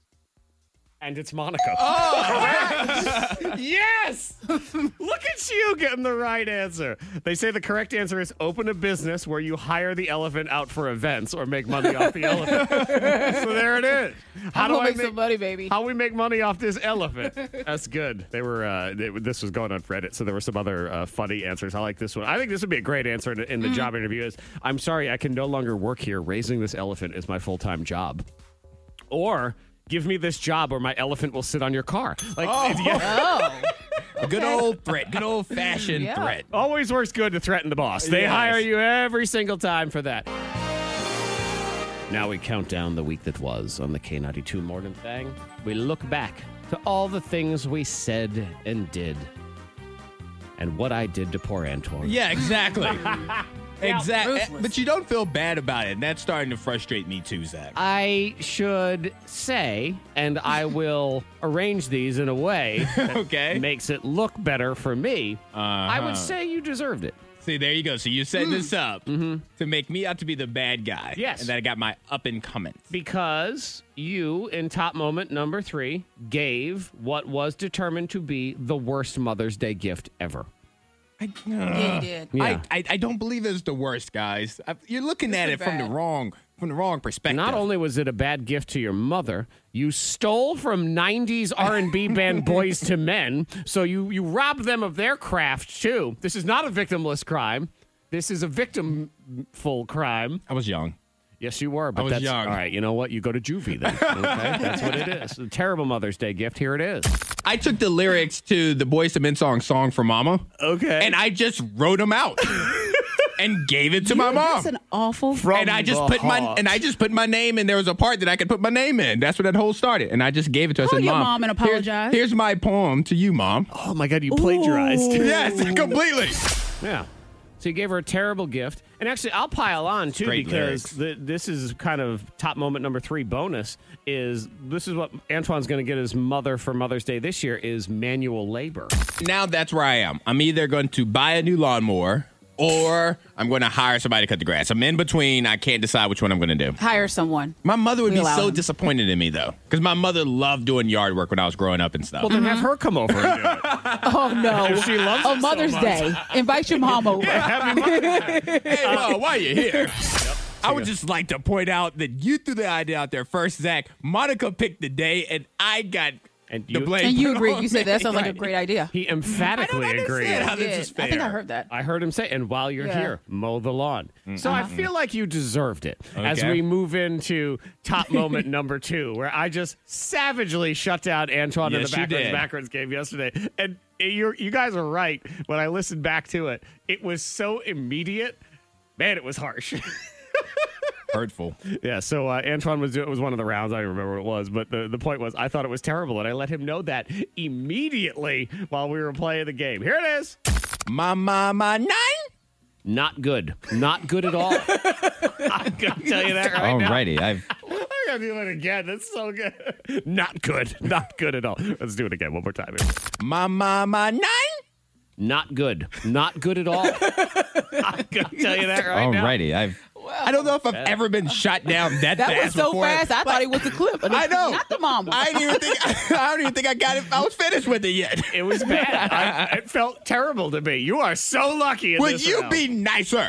And it's Monica. Oh! yes! Look at you getting the right answer. They say the correct answer is open a business where you hire the elephant out for events or make money off the elephant. so there it is. How I'm do gonna I make, some money, baby. how we make money off this elephant? That's good. They were. Uh, they, this was going on Reddit, so there were some other uh, funny answers. I like this one. I think this would be a great answer in, Mm-hmm. in the job interview. Is I'm sorry, I can no longer work here. Raising this elephant is my full time job. Or give me this job, or my elephant will sit on your car. Like. yeah, oh, A good old threat. Good old fashioned Yeah. threat. Always works good to threaten the boss. They Yes. hire you every single time for that. Now we count down the week that was on the K92 Morning Thing. We look back to all the things we said and did and what I did to poor Antoine. Yeah, exactly. exactly. ruthless. But you don't feel bad about it, and that's starting to frustrate me too, Zach. I should say, and I will arrange these in a way that okay. makes it look better for me. I would say you deserved it. See, there you go. So you set this up to make me out to be the bad guy. Yes. And then I got my up and coming. Because you, in top moment number three, gave what was determined to be the worst Mother's Day gift ever. I, Uh, Yeah, you did. I- Yeah. I, I, don't believe it's the worst, guys. I, you're looking at it is from the bad. wrong from the wrong perspective. Not only was it a bad gift to your mother, you stole from 90s R&B band Boys to Men, so you you robbed them of their craft too. This is not a victimless crime. This is a victimful crime. I was young. Yes, you were, but was that's young. all right. You know what? You go to juvie then. Okay? that's what it is. A terrible Mother's Day gift. Here it is. I took the lyrics to the Boys to Men song "Song for Mama," Okay. and I just wrote them out and gave it to my mom. That's an awful. From and I just the put my heart. and I just put my name and there was a part that I could put my name in. That's where that whole started. And I just gave it to her. I Call said, your mom, mom and here- apologize." here's my poem to you, mom. Oh my God, you plagiarized. Yes, completely. Yeah. So you gave her a terrible gift. And actually, I'll pile on too Great because lyrics. th this is kind of top moment number three bonus is this is what Antoine's going to get his mother for Mother's Day this year is manual labor. Now that's where I am. I'm either going to buy a new lawnmower or I'm going to hire somebody to cut the grass. I'm in between. I can't decide which one I'm going to do. Hire someone. My mother would We be allow so him. disappointed in me though, because my mother loved doing yard work when I was growing up and stuff. Well, then have her come over and do it. Oh no. If she loves it Oh so Mother's much. Day. Invite your mom over. Happy Mother's Day. hey, Ma, why you here? I would just like to point out that you threw the idea out there first, Zach. Monica picked the day, and I got And the you- blame. And you put agreed. on You said me. that sounds like a great idea. He I don't emphatically agreed. understand how Yeah, this is fair. I think I heard that. I heard him say, and while you're Yeah. here, mow the lawn. So I feel like you deserved it as Okay. we move into top moment number two, where I just savagely shut down Antoine in Yes, the you backwards did. backwards game yesterday. And you you guys are right. When I listened back to it, it was so immediate. Man, it was harsh. Hurtful. yeah. So uh, Antoine was it was one of the rounds. I don't remember what it was, but the, the point was I thought it was terrible, and I let him know that immediately while we were playing the game. Here it is. My mama nine. Not good. Not good at all. I'm gonna tell you that right now. Alrighty, I've I gotta do it again. That's so good. Not good. Not good at all. Let's do it again one more time. my mama nine. Not good. Not good at all. I'm gonna tell you that right now. I've. I don't know if I've ever been shot down that, That fast was so before. fast. I thought it was the clip. I know. Not the mom. I didn't even think. I don't even think I got it. I was finished with it yet. It was bad. I, it felt terrible to me. You are so lucky. In Will this you round. be nicer?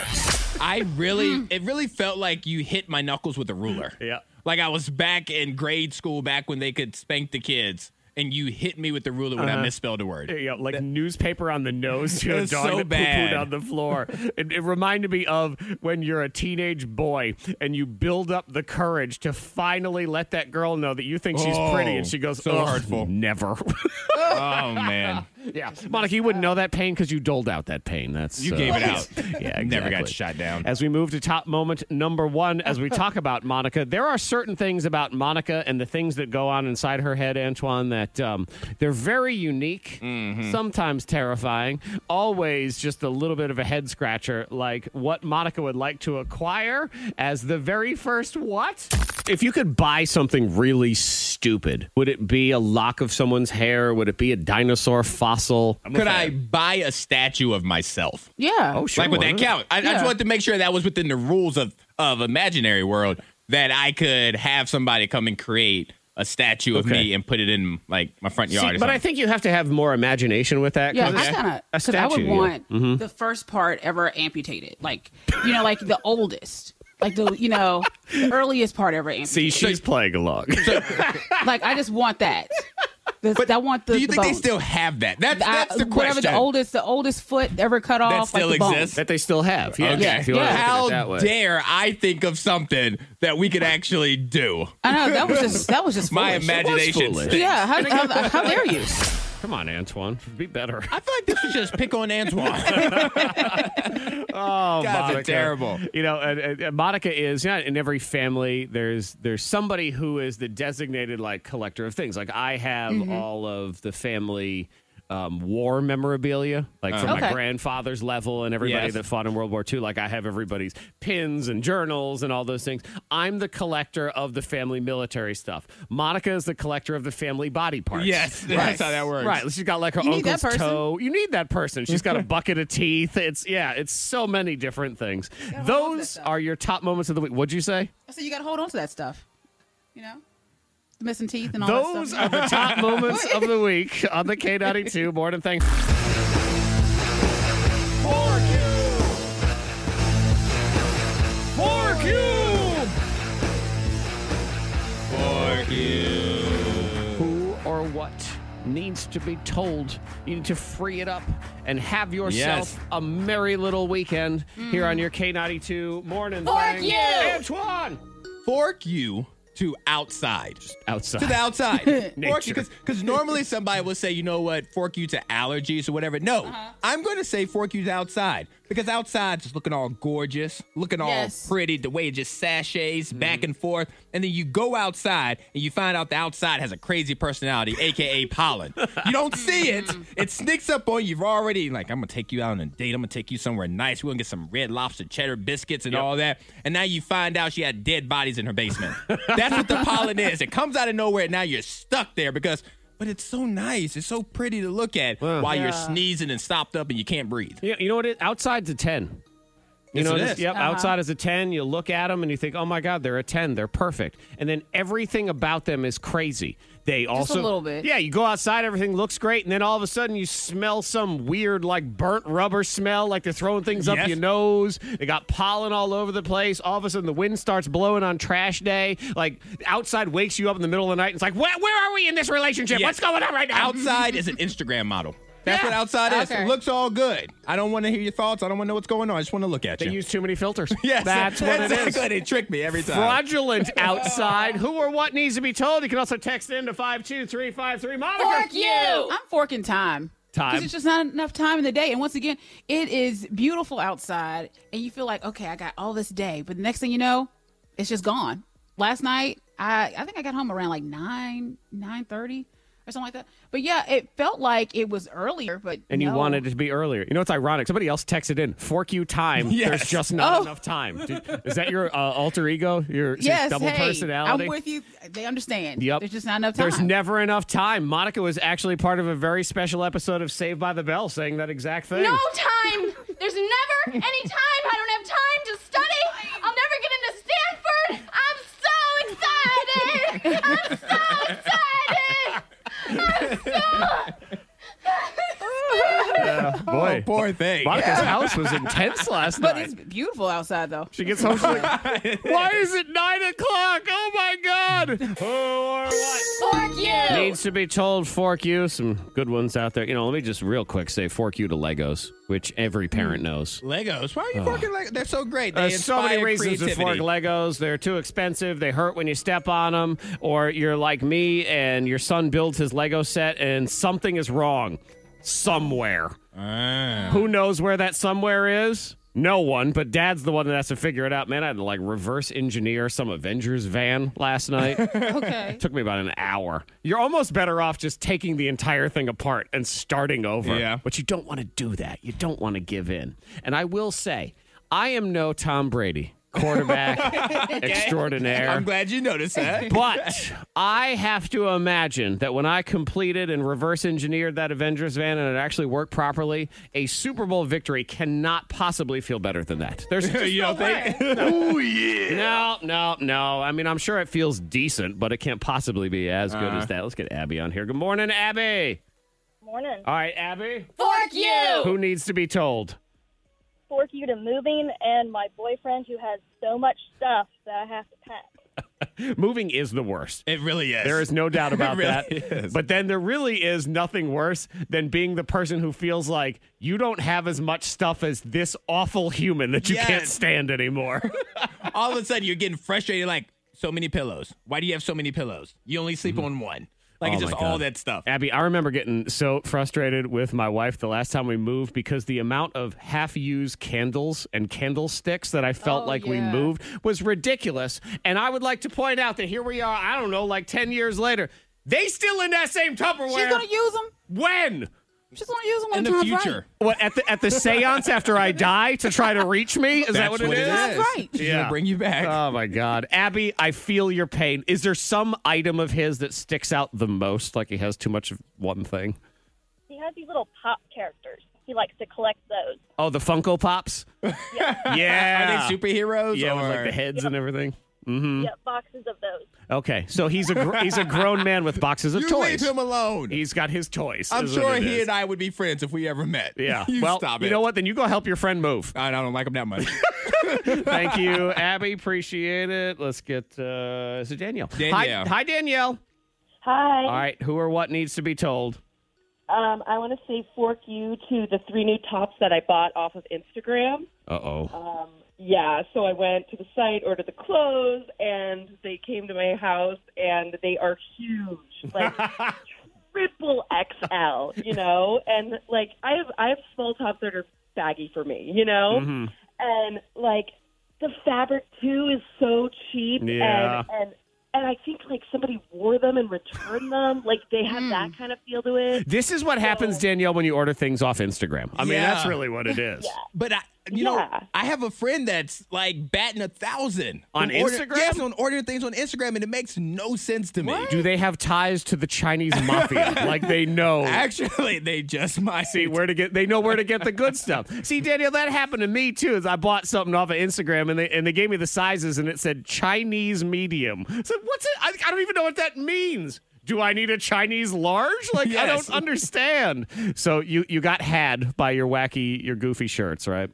I really, it really felt like you hit my knuckles with a ruler. Yeah. Like I was back in grade school, back when they could spank the kids, and you hit me with the ruler when Uh-huh. I misspelled a word. Yeah, like newspaper on the nose to a That's dog so that bad. poo-pooed on the floor. it, it reminded me of when you're a teenage boy and you build up the courage to finally let that girl know that you think she's pretty, Oh, and she goes, so "Ugh, hurtful." Never. Oh man, yeah, Monica, you wouldn't know that pain because you doled out that pain. That's you uh, gave it out. Yeah, exactly. Never got shot down. As we move to top moment number one, as we talk about Monica, there are certain things about Monica and the things that go on inside her head, Antoine, that um, they're very unique, Mm-hmm. sometimes terrifying, always just a little bit of a head scratcher, like what Monica would like to acquire as the very first what? If you could buy something really stupid, would it be a lock of someone's hair? Would it be a dinosaur fossil? Could I buy a statue of myself? Yeah. Oh, sure. like would why that not? count? I, I just Yeah. wanted to make sure that was within the rules of of imaginary world that I could have somebody come and create a statue of Okay. me and put it in like my front yard. See, or but I something. think you have to have more imagination with that. Yeah, 'cause I it's kind a of because I would statue, yeah. want Mm-hmm. the first part ever amputated, like you know, like the oldest, like the you know, the earliest part ever See, amputated. she's playing along. like I just want that. The- I want the. Do you the think they bones. still have that? That's Uh, I- that's the whatever question. the oldest, the oldest foot ever cut off. like still the bone. exists? that they still have. Yeah. okay. if you wanna look at it that How way. dare I think of something that we could actually do? I know that was just that was just My foolish. imagination. foolish. stinks. Yeah, how, how, how dare you? Come on, Antoine. Be better. I feel like this was just pick on Antoine. Oh, Guys are terrible. You know, and, and- and Monica is yeah, in every family. There's there's somebody who is the designated like collector of things. Like I have all of the family. Um, war memorabilia, like from my Okay. grandfather's level and everybody Uh-huh. Yes. that fought in World War II. Like I have everybody's pins and journals and all those things. I'm the collector of the family military stuff. Monica is the collector of the family body parts. yes, that's how that works. Right. She's got like her You need that uncle's person. toe. You need that person. She's got a bucket of teeth. It's yeah, it's so many different things. love that Those stuff. are your top moments of the week. What'd you say? So you got to hold on to that stuff, you know, the missing teeth and all that Those stuff. are the top moments of the week on the K92 Morning Thing. needs to be told. You need to free it up and have yourself Yes. a merry little weekend here on your K92 morning. Fork thing. you! Antoine! Fork you to outside. Outside. To the outside. Fork Nature. you because normally somebody will say, you know what, fork you to allergies or whatever. No, Uh-huh. I'm going to say fork you to outside because outside's just looking all gorgeous, looking all Yes. pretty, the way it just sashays back and forth. And then you go outside and you find out the outside has a crazy personality, AKA pollen. You don't see it, it sneaks up on you. You've already, like, I'm going to take you out on a date. I'm going to take you somewhere nice. We're going to get some red lobster cheddar biscuits and all that. And now you find out she had dead bodies in her basement. That's what the pollen is. It comes out of nowhere and now you're stuck there because. But it's so nice. It's so pretty to look at while you're sneezing and stopped up and you can't breathe. You, you know what? It, outside's a 10. You Yes, know it what is. Uh-huh. Yep, outside is a 10. You look at them and you think, oh my God, they're a 10. They're perfect. And then everything about them is crazy. They also. little bit. Yeah, you go outside, everything looks great. And then all of a sudden you smell some weird, like burnt rubber smell, like they're throwing things up Yes. your nose. They got pollen all over the place. All of a sudden the wind starts blowing on trash day. Like outside wakes you up in the middle of the night. And it's like, where, where are we in this relationship? Yes. What's going on right now? Outside is an Instagram model. That's Yeah. what outside is. Okay. It looks all good. I don't want to hear your thoughts. I don't want to know what's going on. I just want to look at They you. use too many filters. yes, That's what it is. exactly. They trick me every time. fraudulent outside. Who or what needs to be told? You can also text in to 52353. Monica. I'm forking time. Time. 'Cause It's just not enough time in the day. And once again, it is beautiful outside, and you feel like, okay, I got all this day. But the next thing you know, it's just gone. Last night, I I think I got home around like nine nine thirty or something like that. But yeah, it felt like it was earlier. But And you no. wanted it to be earlier. You know, it's ironic. Somebody else texted in, fork you time. Yes. There's just not Oh. enough time. Did- Is that your uh, alter ego? Your yes, double hey, personality? I'm with you. They understand. Yep. There's just not enough time. There's never enough time. Monica was actually part of a very special episode of Saved by the Bell saying that exact thing. No time! There's never any time! I don't have time to study! I'll never get into Stanford! I'm so excited! I'm so excited! Boy. Oh, Poor thing. Monica's house was intense last but night. it's beautiful outside though. She gets home. she's like, Why is it nine o'clock? Oh my God. Who or what? Fork you! needs to be told fork you some good ones out there you know let me just real quick say fork you to legos which every parent knows Legos. Why are you fucking Legos? They're so great. Hmm. They there's so many inspire reasons to fork creativity. legos they're too expensive they hurt when you step on them or you're like me and your son builds his lego set and something is wrong somewhere who knows where that somewhere is no one, but dad's the one that has to figure it out. Man, I had to like reverse engineer some Avengers van last night. Okay. Took me about an hour. You're almost better off just taking the entire thing apart and starting over. Yeah. But you don't want to do that. You don't want to give in. And I will say, I am no Tom Brady, quarterback extraordinaire. I'm glad you noticed that. But I have to imagine that when I completed and reverse engineered that Avengers van and it actually worked properly, a Super Bowl victory cannot possibly feel better than that. There's just you don't think? no, no, no. I mean, I'm sure it feels decent, but it can't possibly be as good Uh-huh. as that. Let's get Abby on here. Good morning, Abby. Morning. All right, Abby. Fork Oh. you! Who needs to be told? Fork you to moving and my boyfriend who has so much stuff that I have to pack. Moving is the worst. It really is. There is no doubt about really that. is. But then there really is nothing worse than being the person who feels like you don't have as much stuff as this awful human that you can't Yes. stand anymore. all of a sudden you're getting frustrated. Like so many pillows. Why do you have so many pillows? You only sleep on one. Like it's Mm-hmm. Oh, my just all God. that stuff. Abby, I remember getting so frustrated with my wife the last time we moved because the amount of half used candles and candlesticks that I felt Oh, like we yeah. moved was ridiculous. And I would like to point out that here we are, I don't know, like 10 years later. They still in that same Tupperware. She's gonna use them. when? She's gonna use them when In the time's future, What at the at the séance after I die to try to reach me? Is that That's what, what it it is? Right. is. That's right. she's Yeah. gonna bring you back. Oh my God, Abby, I feel your pain. Is there some item of his that sticks out the most? Like he has too much of one thing? He has these little pop characters. He likes to collect those. Oh, the Funko Pops. yeah, Are they superheroes? yeah, with like or- the heads and everything. Hmm. Yep, boxes of those. Okay, so he's a gr- he's a grown man with boxes of You toys. leave him alone. He's got his toys. I'm is what sure it he is. and I would be friends if we ever met. Yeah. you well, stop it. you know what? Then you go help your friend move. I don't like him that much. Thank you, Abby. Appreciate it. Let's get uh, is it Danielle? Danielle. Hi, hi, Danielle. Hi. All right, who or what needs to be told? Um, I want to say fork you to the three new tops that I bought off of Instagram. Uh oh. Yeah, so I went to the site, ordered the clothes, and they came to my house, and they are huge, like triple XL, you know. And like I have, I have small tops that are baggy for me, you know, Mm-hmm. and like the fabric too is so cheap, Yeah. and and and I think like somebody wore them and returned them, like they have that kind of feel to it. Mm. This is what happens, Danielle, when you order things off Instagram. I mean, Oh. Yeah. that's really what it is. But I, you know, Yeah. I have a friend that's like batting a thousand On from order- Instagram? Yes, on ordering things on Instagram, and it makes no sense to me. Do they have ties to the Chinese mafia? like they know. Actually, they just might. See where to get. They know where to get the good stuff. See, Danielle, that happened to me too. Is I bought something off of Instagram and they and they gave me the sizes and it said Chinese medium. I said, what's it? I, I don't even know what that means. Do I need a Chinese large? Like I Yes. don't understand. So you you got had by your wacky your goofy shirts, right?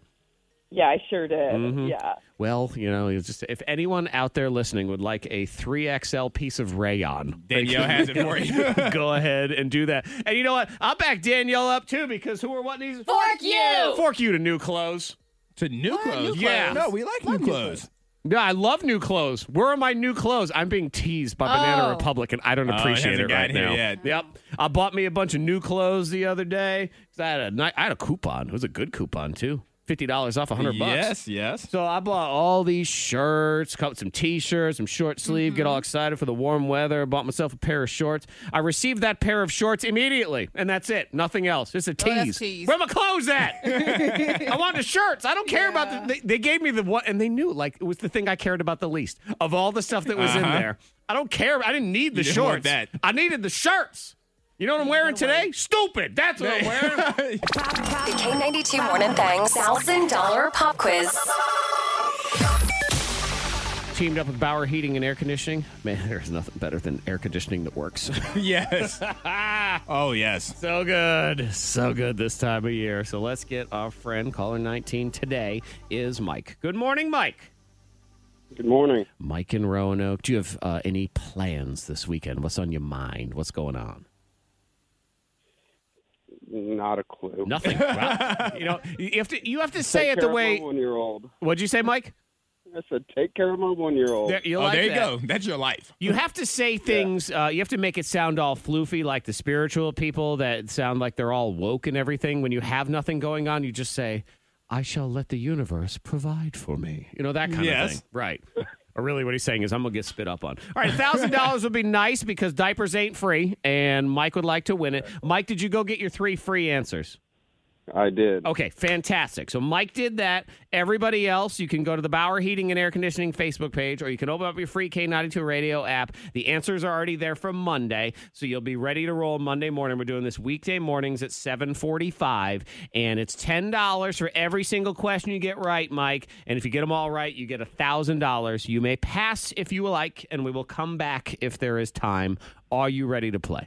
Yeah, I sure did. Mm-hmm. Yeah. Well, you know, it's just if anyone out there listening would like a 3XL piece of rayon, Danielle has it for you. go ahead and do that. And you know what? I'll back Danielle up too because who or what needs Fork you! fork you to new clothes. to new clothes. Yeah. No, we like new clothes. No, I love new clothes. Where are my new clothes? I'm being teased by Banana Oh. Republic, and I don't it appreciate hasn't it right gotten here now. yet. Yep, I bought me a bunch of new clothes the other day. 'Cause I had a ni- I had a coupon. It was a good coupon too. Fifty dollars off hundred bucks. Yes, yes. So I bought all these shirts, cut some t-shirts, some short sleeve, get all excited for the warm weather, bought myself a pair of shorts. I received that pair of shorts immediately, and that's it. Nothing else. It's a that's tease. tease. Where my clothes at? I want the shirts. I don't care about the they, they gave me the one and they knew like it was the thing I cared about the least of all the stuff that was in there. I don't care. I didn't need the didn't shorts. want that. I needed the shirts. You know what I'm wearing today? Stupid. That's what I'm wearing. The K92 Morning Thang's $1,000 pop quiz. Teamed up with Bauer Heating and Air Conditioning. Man, there's nothing better than air conditioning that works. yes. oh, yes. So good. So good this time of year. So let's get our friend, caller 19 today is Mike. Good morning, Mike. Good morning. Mike in Roanoke. Do you have uh, any plans this weekend? What's on your mind? What's going on? Not a clue. Nothing. Well, you know, you have to you have to say Take it care the of way my one-year-old. What'd you say, Mike? I said, take care of my one-year-old. There, you oh, like there you that. go. That's your life. You have to say things. Uh, you have to make it sound all floofy, like the spiritual people that sound like they're all woke and everything. When you have nothing going on, you just say, "I shall let the universe provide for me." You know that kind Yes. of thing, right? or really, what he's saying is, "I'm gonna get spit up on." All right, thousand dollars would be nice because diapers ain't free, and Mike would like to win it. Mike, did you go get your three free answers? I did. Okay, fantastic. So Mike did that. Everybody else, you can go to the Bauer Heating and Air Conditioning Facebook page, or you can open up your free K92 radio app. The answers are already there for Monday, so you'll be ready to roll Monday morning. We're doing this weekday mornings at 745, and it's $10 for every single question you get right, Mike. And if you get them all right, you get $1,000. You may pass if you like, and we will come back if there is time. Are you ready to play?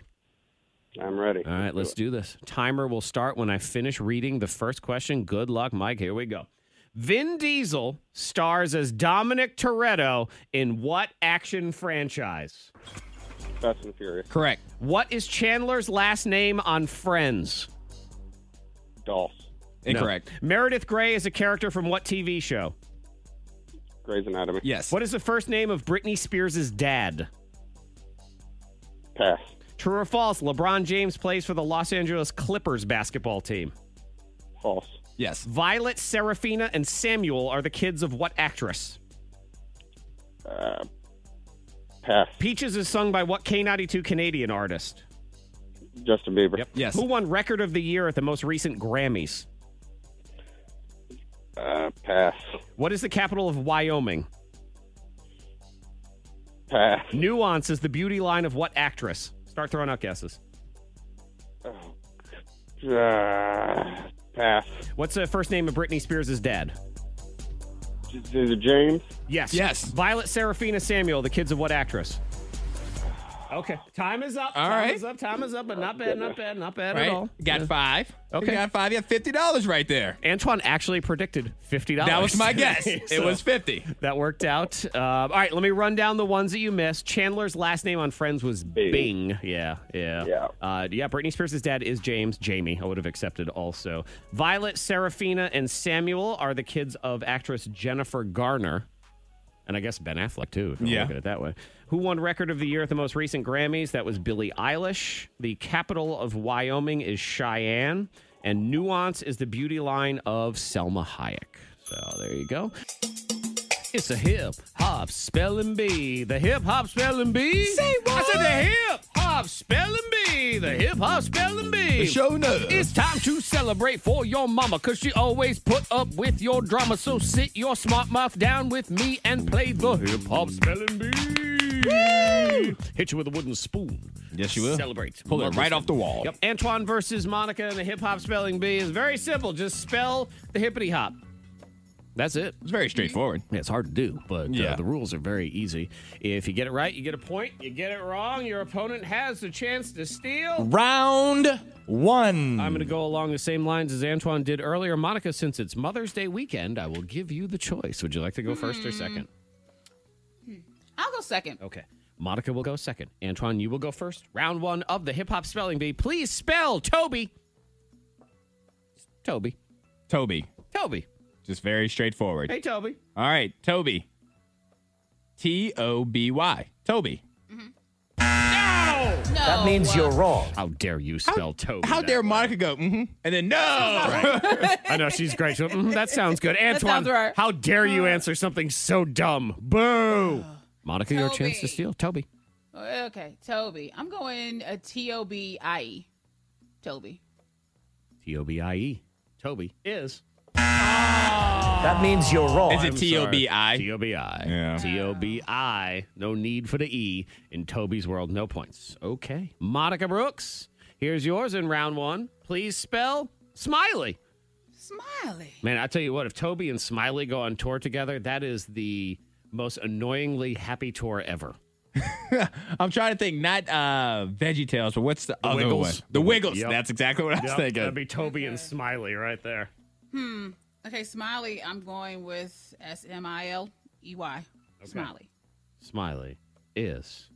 I'm ready. All right, let's do this. Timer will start when I finish reading the first question. Good luck, Mike. Here we go. Vin Diesel stars as Dominic Toretto in what action franchise? Fast and Furious. Correct. What is Chandler's last name on Friends? Dolls. Incorrect. Meredith Grey is a character from what TV show? Grey's Anatomy. Yes. What is the first name of Britney Spears' dad? Pass. True or false, LeBron James plays for the Los Angeles Clippers basketball team. False. Yes. Violet, Serafina, and Samuel are the kids of what actress? Uh, pass. Peaches is sung by what K92 Canadian artist? Justin Bieber. Yep. Yes. Who won Record of the Year at the most recent Grammys? Uh, pass. What is the capital of Wyoming? Pass. Nuance is the beauty line of what actress? Start throwing out guesses. Oh, Uh, pass. What's the first name of Britney Spears' dad? Is it James? Yes. Yes. Violet Serafina Samuel, the kids of what actress? Okay. Time is up. All time right. is up. Time is up, but not bad, not bad, not bad at Right? all. Got five. Okay. You got five. You have fifty dollars right there. Antoine actually predicted fifty dollars. That was my guess. It was fifty. That worked out. Uh, all right, let me run down the ones that you missed. Chandler's last name on Friends was Bing. Yeah, yeah. Yeah. Uh, yeah, Britney Spears' dad is James. Jamie, I would have accepted also. Violet, Serafina, and Samuel are the kids of actress Jennifer Garner. And I guess Ben Affleck, too, if you Yeah. look at it that way. Who won Record of the Year at the most recent Grammys? That was Billie Eilish. The capital of Wyoming is Cheyenne. And Nuance is the beauty line of Selma Hayek. So there you go. It's a hip hop spelling bee. The hip hop spelling bee. Say what? I said the hip hop spelling bee. The hip hop spelling bee. Show enough. It's time to celebrate for your mama because she always put up with your drama. So sit your smart mouth down with me and play the hip hop spelling bee. Hit you with a wooden spoon. Yes, you will. Celebrate. Pull it right off the wall. Yep. Antoine versus Monica and the hip hop spelling bee is very simple. Just spell the hippity hop. That's it. It's very straightforward. Yeah, it's hard to do, but uh, Yeah. the rules are very easy. If you get it right, you get a point. You get it wrong, your opponent has the chance to steal. Round one. I'm going to go along the same lines as Antoine did earlier. Monica, since it's Mother's Day weekend, I will give you the choice. Would you like to go first or second? I'll go second. Okay. Monica will go second. Antoine, you will go first. Round one of the hip hop spelling bee. Please spell Toby. Toby. Toby. Toby. Just very straightforward. Hey, Toby. All right, Toby. T O B Y. Toby. No, that means you're wrong. How dare you spell Toby? How that dare way? Monica go? Mm-hmm. And then no. I know she's great. She- mm, that sounds good, Antoine. sounds right. How dare you answer something so dumb? Boo! Monica, your Toby. chance to steal, Toby. Okay, Toby. I'm going a T O B I E. Toby. T O B I E. Toby is Ah. Is it T O B T I? O B I. Yeah. T O B I. No need for the E in Toby's world. No points. Okay, Monica Brooks. Here's yours in round one. Please spell smiley. Smiley. Man, I tell you what, if Toby and Smiley go on tour together, that is the most annoyingly happy tour ever. I'm trying to think. Not uh, Veggie Tales, but what's the, other Wiggles. one? The Wiggles. Yep. That's exactly what I was Yep, thinking. that'd be Toby and Smiley right there. Okay, Smiley. I'm going with S M I L E Y. Smiley. Smiley is.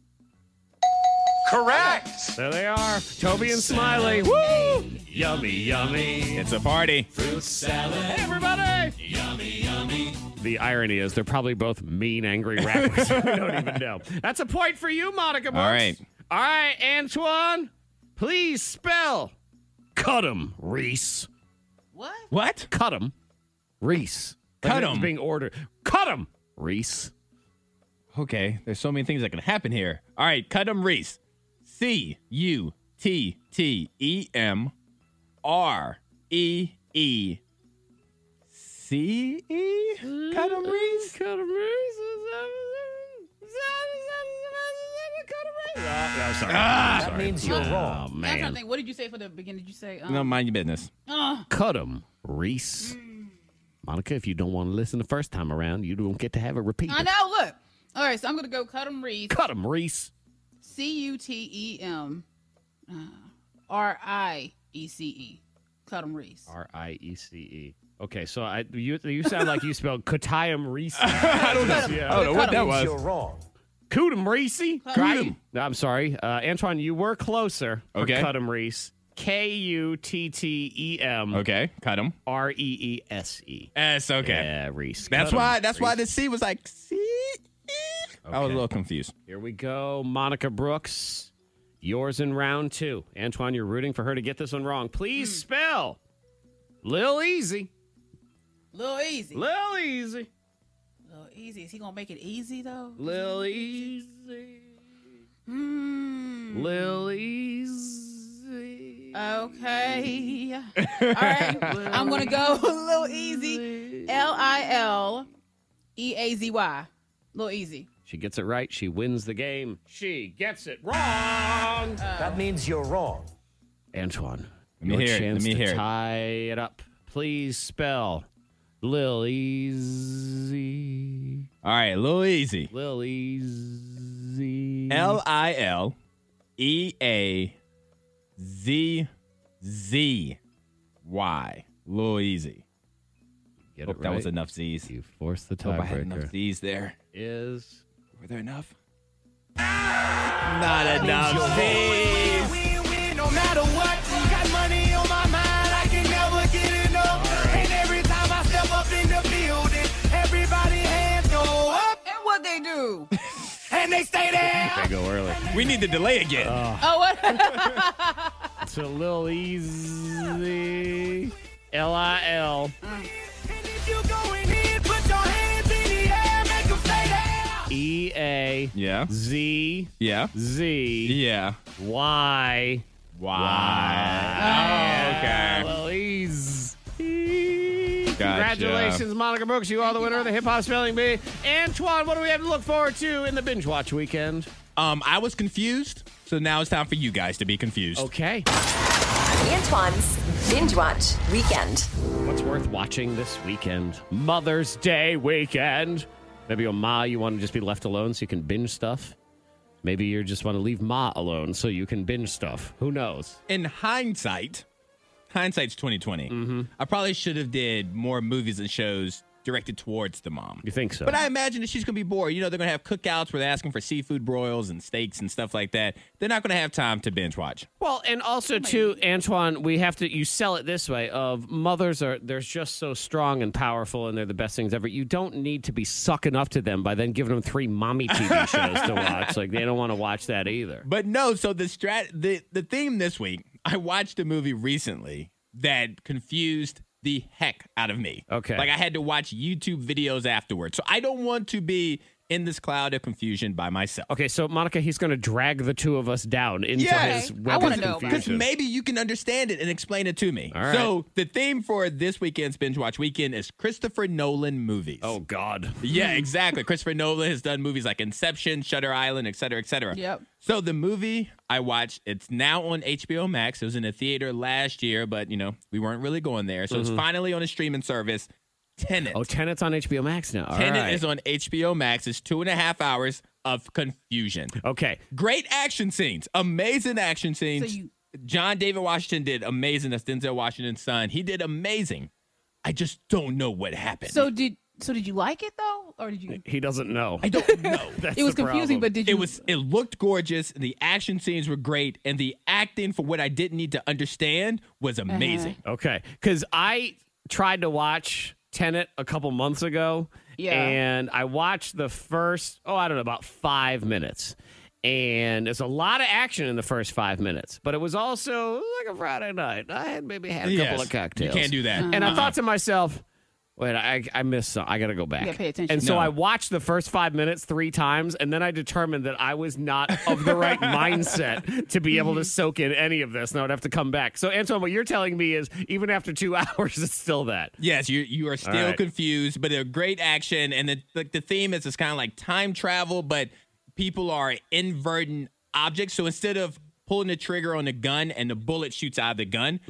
Correct. There they are, Toby and Smiley. Woo! Yummy, yummy. it's a party. Hey, everybody! Yummy, yummy. The irony is they're probably both mean, angry rappers. we don't even know. That's a point for you, Monica Brooks. All right. All right, Antoine, please spell cut 'em, Reese. What? What? Cut 'em, Reese. Like Cut it's 'em. being ordered. Cut 'em, Reese. Okay, there's so many things that can happen here. All right, Cutum Reese. C U T T E M R E E C E? Cutum Reese? Cut 'em, Reese. I'm sorry. Ah, that means you're wrong. Oh, I'm trying man. to think. What did you say for the beginning? Did you say? Um, uh, No, mind your business. Cut 'em, Reese. Monica, if you don't want to listen the first time around, you don't get to have it repeated. I know. Look. All right. So I'm gonna go cut 'em Reese. Cut 'em, Reese. C U T E M uh, R I E C E. Cut 'em Reese. R I E C E. Okay, so I you you sound like you spelled Kutayam Reese. I don't know. I don't know what that was. Kutum Reese. Kutum. No, I'm sorry. Uh, Antoine, you were closer. Okay. Cut 'em, Reese. K U T T E M Okay, Cutum. R E E S E. S, okay. Yeah, Reese. That's Cut 'em, why that's why Reese. the C was like C. E. I was a little confused. Here we go. Monica Brooks, yours in round two. Antoine, you're rooting for her to get this one wrong. Please Hmm. spell Lil Easy. Little easy. Lil Easy. Little easy. Is he gonna make it easy though? Lil Easy. Hmm. Lil Easy. Okay. All right. I'm gonna go little easy. L I L E A Z Y. Little easy. She gets it right. She wins the game. She gets it wrong. Antoine, Let me your hear it. Let chance me to hear it. tie it. up. Please spell Lil Easy. All right, a little easy. Mm-hmm. Lil Easy. L I L E A Z Z Y. Little easy. Get Hope it oh, that was right. enough Z's. You forced the Hope I had enough tiebreaker. Z's there. Is Were there enough? Not enough Z's. No matter what, got money on my mind, I can never get enough. And every time I step up in the building, everybody hands go up, And what they do? and they stay there. I go early. We need to delay again. oh, what? It's a little easy. L I L And if you going in, put your hands in the air, make 'em stay there. E A yeah. Z Yeah. Z Yeah. Y. Why? Oh, okay. Well, ease. Congratulations, Monica Brooks. You are the winner of the hip hop spelling bee. Antoine, what do we have to look forward to in the binge watch weekend? Um, I was confused, so now it's time for you guys to be confused. Okay. Antoine's Binge Watch Weekend. What's worth watching this weekend? Mother's Day weekend. Maybe your ma, you want to just be left alone so you can binge stuff. Maybe you just want to leave ma alone so you can binge stuff. Who knows? In hindsight, hindsight's twenty I probably should have did more movies and shows directed towards the mom. You think so? But I imagine that she's going to be bored. You know, they're going to have cookouts where they're asking for seafood broils and steaks and stuff like that. They're not going to have time to binge watch. Well, and also too, Antoine, we have to you sell it this way of mothers are they're just so strong and powerful and they're the best things ever. You don't need to be sucking up to them by then giving them three mommy TV shows to watch. Like they don't want to watch that either. But no, so the strat the the theme this week, I watched a movie recently that confused the heck out of me. Okay. Like I had to watch YouTube videos afterwards. So I don't want to be in this cloud of confusion by myself. Okay, so Monica, he's going to drag the two of us down into Yeah. his Okay. web I wanna of know about it. Because confusion. maybe you can understand it and explain it to me. All right. So the theme for this weekend's binge watch weekend is Christopher Nolan movies. Oh God! Yeah, exactly. Christopher Nolan has done movies like Inception, Shutter Island, et cetera, et cetera. Yep. So the movie I watched, it's now on HBO Max. It was in a theater last year, but you know, we weren't really going there. So it's finally on a streaming service. Tenet. Mm-hmm. Oh, Tenet's on HBO Max now. All Tenet right. is on HBO Max. It's two and a half hours of confusion. okay. Great action scenes. Amazing action scenes. you- John David Washington did amazing. That's Denzel Washington's son. He did amazing. I just don't know what happened. so did so did you like it though, or did you? He doesn't know. I don't know. That's It was the confusing, problem. but did you? it was it looked gorgeous and the action scenes were great and the acting for what i didn't need to understand was Uh-huh. amazing Okay, because I tried to watch Tenet a couple months ago. Yeah. And I watched the first, oh, I don't know, about five minutes. And there's a lot of action in the first five minutes, but it was also like a Friday night. I had maybe had a couple Yes. of cocktails. you can't do that And I thought to myself, wait, I, I missed some. I got to go back. Yeah, pay attention. And so No. I watched the first five minutes three times, and then I determined that I was not of the right mindset to be able to soak in any of this, and I would have to come back. So, Antoine, what you're telling me is even after two hours, it's still that. yes you you are still right. confused but a great action and the like the theme is it's kind of like time travel but people are inverting objects so instead of pulling the trigger on the gun and the bullet shoots out of the gun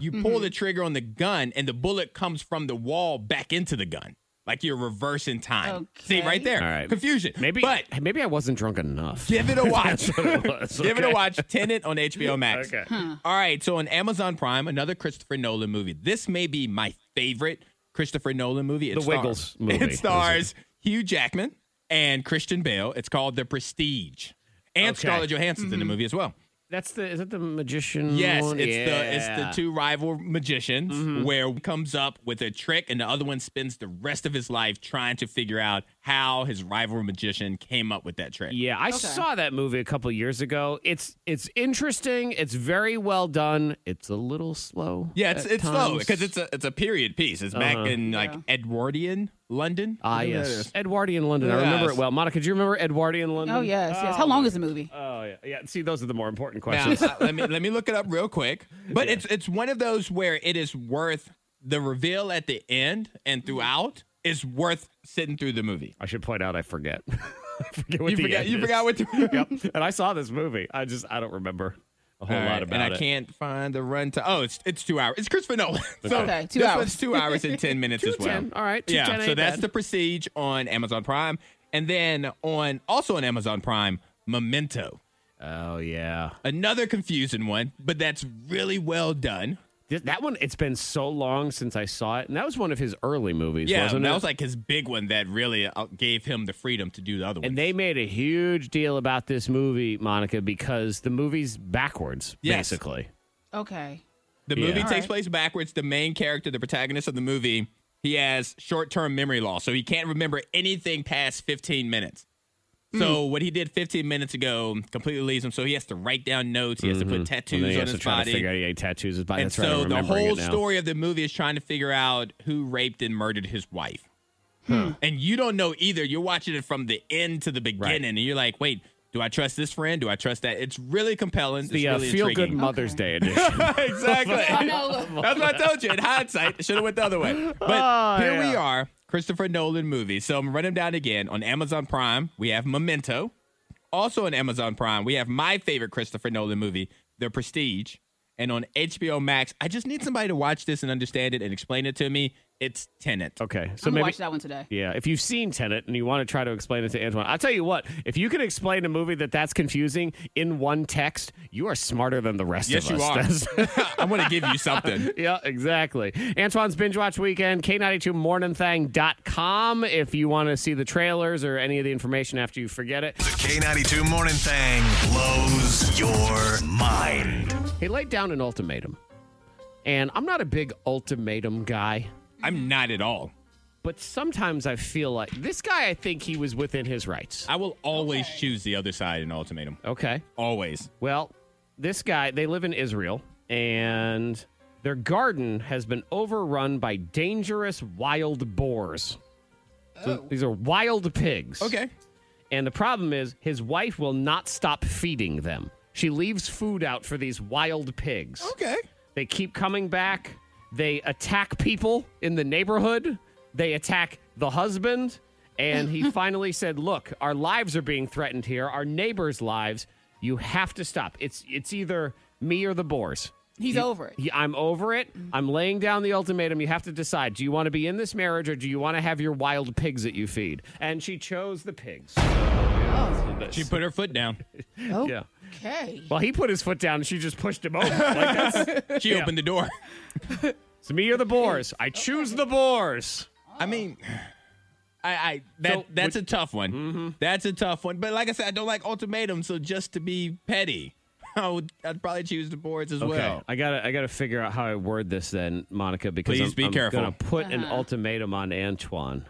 you pull the trigger on the gun and the bullet comes from the wall back into the gun like you're reversing time see Okay. right there All right. confusion Maybe, but maybe I wasn't drunk enough. Give it a watch. it was. Give it a Okay. watch. Tenant on HBO Max. Okay. All right. So on Amazon Prime, another Christopher Nolan movie. This may be my favorite Christopher Nolan movie. It The Wiggles stars- movie, It stars Hugh Jackman and Christian Bale. It's called The Prestige. And Okay. Scarlett Johansson's in the movie as well. That's the is it the magician? Yes, one? it's the Mm, Yeah. Mm-hmm. it's the two rival magicians where one comes up with a trick and the other one spends the rest of his life trying to figure out how his rival magician came up with that trick. Yeah, I saw that movie a couple years ago. It's it's interesting. It's very well done. It's a little slow. Yeah, it's at it's slow times. because it's a it's a period piece. It's back in like Edwardian London. Uh-huh. ah Isn't that yes, it? Edwardian London. I remember Yes. it well. Monica, do you remember Edwardian London? oh yes, yes. How long is the movie? Oh yeah, yeah. See, those are the more important Now, questions. uh, let me let me look it up real quick. But it's it's one of those where it is worth the reveal at the end and throughout is worth sitting through the movie. I should point out, I forget. I forget what You the forgot end you is. forgot what the yep. And I saw this movie. I just I don't remember a whole All right, lot about and I it. can't find the run time. Oh, it's it's two hours. It's Christopher Nolan. So Okay, two this hours. one's two hours and ten minutes as well. 210, all right, Yeah. 210 So ain't that's bad. the Prestige on Amazon Prime, and then on also on Amazon Prime, Memento. Oh yeah. Another confusing one, but that's really well done. Th- That one, it's been so long since I saw it, and that was one of his early movies, Yeah, wasn't that it? was like his big one that really uh, gave him the freedom to do the other one. and they made a huge deal about this movie, Monica, because the movie's backwards, Yes. basically. Okay. The Yeah. movie All takes right. place backwards. The main character, the protagonist of the movie, he has short term memory loss. So he can't remember anything past 15 minutes. So what he did 15 minutes ago completely leaves him. So he has to write down notes. He has to put tattoos And Mm-hmm. then he on has to his try to body. figure out yeah, he tattoos his body. and That's right. I'm so the remembering whole it now. story of the movie is trying to figure out who raped and murdered his wife. Hmm. And you don't know either. You're watching it from the end to the beginning, and you're like, wait, do I trust this friend? Do I trust that? It's really compelling. the it's uh, really Feel intriguing. Good Mother's Day edition. exactly. Oh, no. That's what I told you. In hindsight, should have went the other way. But here we are, Christopher Nolan movie. So I'm running down again on Amazon Prime. We have Memento. Also on Amazon Prime, we have my favorite Christopher Nolan movie, The Prestige. And on HBO Max, I just need somebody to watch this and understand it and explain it to me. It's Tenant. okay, so I'm gonna maybe watch that one today. Yeah, if you've seen Tenet and you want to try to explain it to Antoine, I'll tell you what, if you can explain a movie that that's confusing in one text, you are smarter than the rest Yes, of you are. us. That's- I'm going to give you something. yeah, exactly. Antoine's Binge Watch Weekend, K92morningthang.com if you want to see the trailers or any of the information after you forget it. The K92 Morning Thang blows your mind. He laid down an ultimatum. And I'm not a big ultimatum guy, I'm not at all. but sometimes I feel like this guy, I think he was within his rights. I will always choose the other side in ultimatum. Okay. Always. Well, this guy, they live in Israel, and their garden has been overrun by dangerous wild boars. So these are wild pigs. Oh. Okay. And the problem is, his wife will not stop feeding them. She leaves food out for these wild pigs. Okay. They keep coming back. They attack people in the neighborhood. They attack the husband. And he finally said, Look, our lives are being threatened here, our neighbors' lives. You have to stop. It's it's either me or the boars. He's over it. He- I'm over it. I'm laying down the ultimatum. You have to decide. Do you want to be in this marriage or do you want to have your wild pigs that you feed? And she chose the pigs. She put her foot down. Oh, Yeah. Okay. Well, he put his foot down and she just pushed him over. Like, that's, She opened the door. it's me or the boars. I choose the boars. I mean, Oh. I, I that So, that's a tough one. That's a tough one. But like I said, I don't like ultimatums. So just to be petty, I would I'd probably choose the boards as well. I gotta I gotta figure out how I word this then, Monica, because Please I'm, be I'm careful. gonna put an Uh-huh. ultimatum on Antoine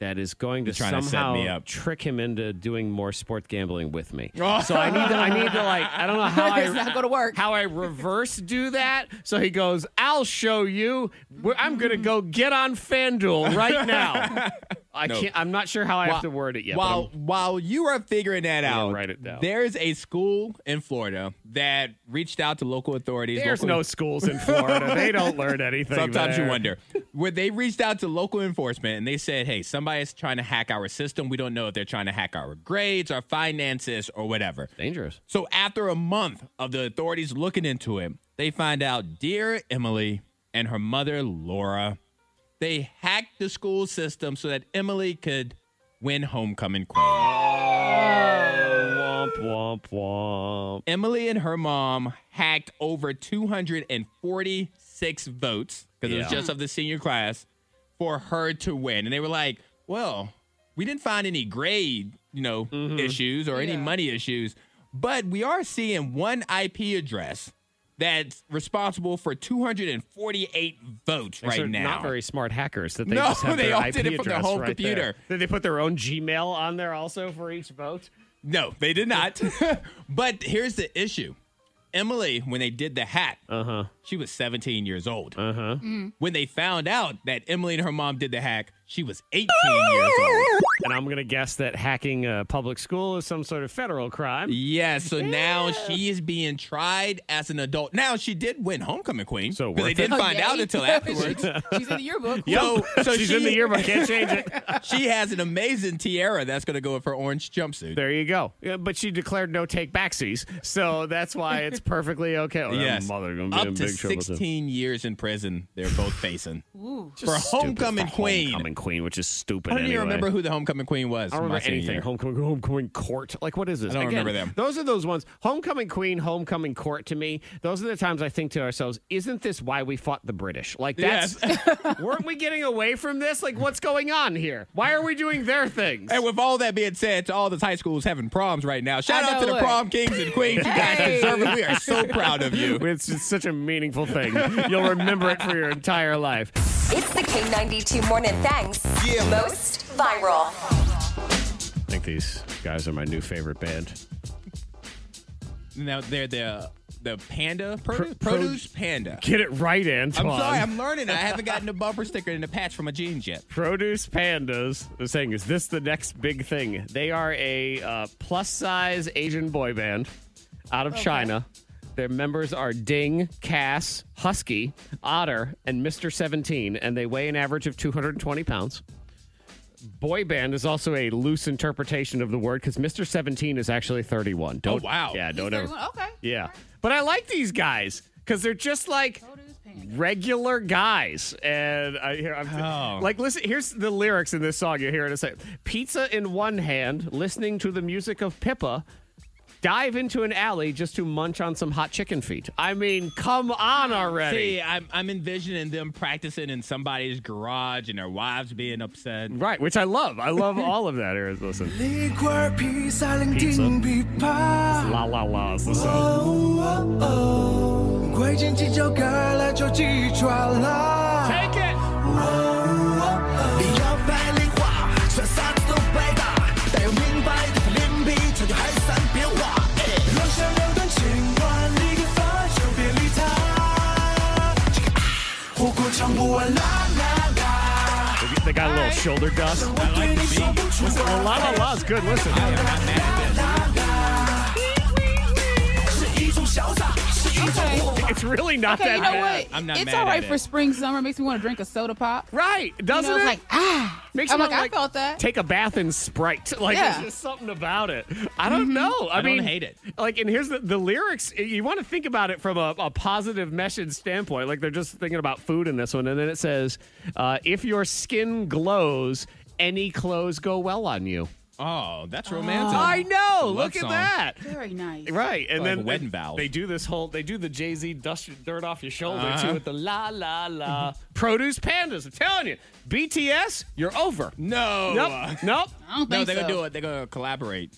that is going to You're trying to set somehow me up. Oh. trick him into doing more sport gambling with me. So I need to I need to like I don't know how It's I not gonna work. how I reverse do that. So he goes, I'll show you. We're- I'm gonna go get on FanDuel right now. I can't I'm not sure how I have to word it yet. but While I'm- while you are figuring that Yeah, out, write it down. There is a school in Florida that reached out to local authorities. there's local- no schools in Florida. They don't learn anything. Sometimes you there. wonder. Where they reached out to local enforcement and they said, hey, somebody's trying to hack our system. We don't know if they're trying to hack our grades, our finances, or whatever. Dangerous. So after a month of the authorities looking into it, they find out dear Emily and her mother Laura, they hacked the school system so that Emily could win homecoming queen. Womp womp womp. Emily and her mom hacked over 246 votes because it was Yeah. just of the senior class for her to win. And they were like, well, we didn't find any grade, you know, Mm-hmm. issues or any money issues, but we are seeing one IP address that's responsible for 248 votes They're right now. not very smart hackers that they No, just have they their all IP did it from their address home right there. computer. Did they put their own Gmail on there also for each vote? No, they did not. but here's the issue. Emily, when they did the hack, uh-huh. she was 17 years old. Uh-huh. When they found out that Emily and her mom did the hack, she was 18 years old. And I'm gonna guess that hacking a public school is some sort of federal crime. Yeah, so now she is being tried as an adult. Now she did win homecoming queen. So 'cause worth they it. didn't Oh, find yay. out until afterwards. She's in the yearbook. So, so She's she, in the yearbook. Can't change it. She has an amazing tiara that's going to go with her orange jumpsuit. There you go. Yeah, but she declared no take backsies, so that's why it's perfecly okay. Well, that yes, mother gonna be up in to big big trouble. too. 16 years in prison they're both facing Ooh. for Stupid homecoming for queen. homecoming queen, which is stupid. I don't anyway. even remember who the homecoming queen was. I don't from my remember senior anything. year. Homecoming, homecoming court. Like, what is this? I don't Again, remember them. Those are those ones. Homecoming queen, homecoming court. To me, those are the times I think to ourselves, "Isn't this why we fought the British? Like, that's weren't we getting away from this? Like, what's going on here? Why are we doing their things? And with all that being said, to all those high schools having proms right now, shout I out to know the it. prom kings and queens. You guys deserve it. We are so proud of you. it's just such a meaningful thing. You'll remember it for your entire life. It's the K92 Morning Thanks. Most viral. I think these guys are my new favorite band. Now they're the the panda produce, pro- produce panda. Get it right, Antoine. I'm sorry, I'm learning. I haven't gotten a bumper sticker and a patch from my jeans yet. Produce Pandas is saying, is this the next big thing? They are a uh, plus size Asian boy band out of China. Their members are Ding, Cass, Husky, Otter, and Mr. 17, and they weigh an average of 220 pounds. Boy band is also a loose interpretation of the word because Mr. 17 is actually 31. Don't, wow. Yeah, don't ever. Okay. Yeah. But I like these guys because they're just like regular guys. And I hear, I'm Oh. like, listen, here's the lyrics in this song you hear in a second pizza in one hand, listening to the music of Pippa. Dive into an alley just to munch on some hot chicken feet. I mean, come on already. See, I'm, I'm envisioning them practicing in somebody's garage and their wives being upset. Right, which I love. I love all of that, Aaron. Listen. Pizza. La la la. is the song. 哦啊 Oh. Take it! 哦哎 They- They got a little shoulder dust. I like the beat. Well, la la la is good. Listen. I am not mad at this. It's really not Okay, that you know bad. what? I'm not it's mad all at right it. for spring summer. Makes me want to drink a soda pop. Right. You Doesn't know, it's it? like ah. Makes I'm you like, wanna, I felt that. Take a bath in Sprite. Like, Yeah. there's just something about it. I don't know. I, I don't mean, hate it. Like, and here's the, the lyrics. You want to think about it from a, a positive message standpoint. Like, they're just thinking about food in this one. And then it says, uh, if your skin glows, any clothes go well on you. Oh, that's romantic. I know. Look love at song. that. Very nice. Right, and Like then a wedding vow. they do this whole they do the Jay Z dust your dirt off your shoulder Uh-huh. too with the la la la produce pandas. I'm telling you, BTS, you're over. No. Nope, nope. I don't No, think they're so. gonna do it. They're gonna collaborate.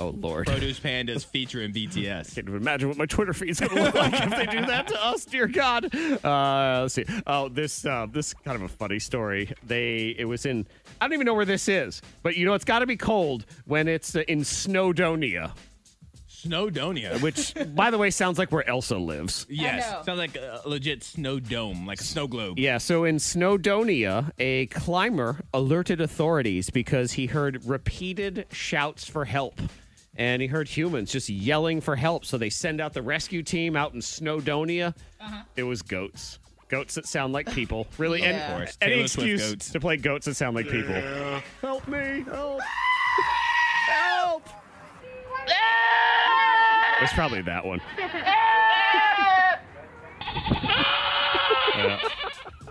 Oh lord. I Produce Pandas featuring BTS. can't even imagine what my Twitter feed's gonna look like if they do that to us, dear God. Uh, let's see. Oh, this uh, this is kind of a funny story. They it was in I don't even know where this is, but you know it's got to be cold when it's uh, in Snowdonia, Snowdonia. which by the way sounds like where Elsa lives. I know. Yes. Sounds like a legit snow dome, like a snow globe. Yeah, so in Snowdonia, a climber alerted authorities because he heard repeated shouts for help. And he heard humans just yelling for help. So they send out the rescue team out in Snowdonia. Uh-huh. It was goats. Goats that sound like people. Really, and Of course. any Taylor Swift excuse goats. to play goats that sound like people. Help me. Help. help. It's probably that one. Yeah.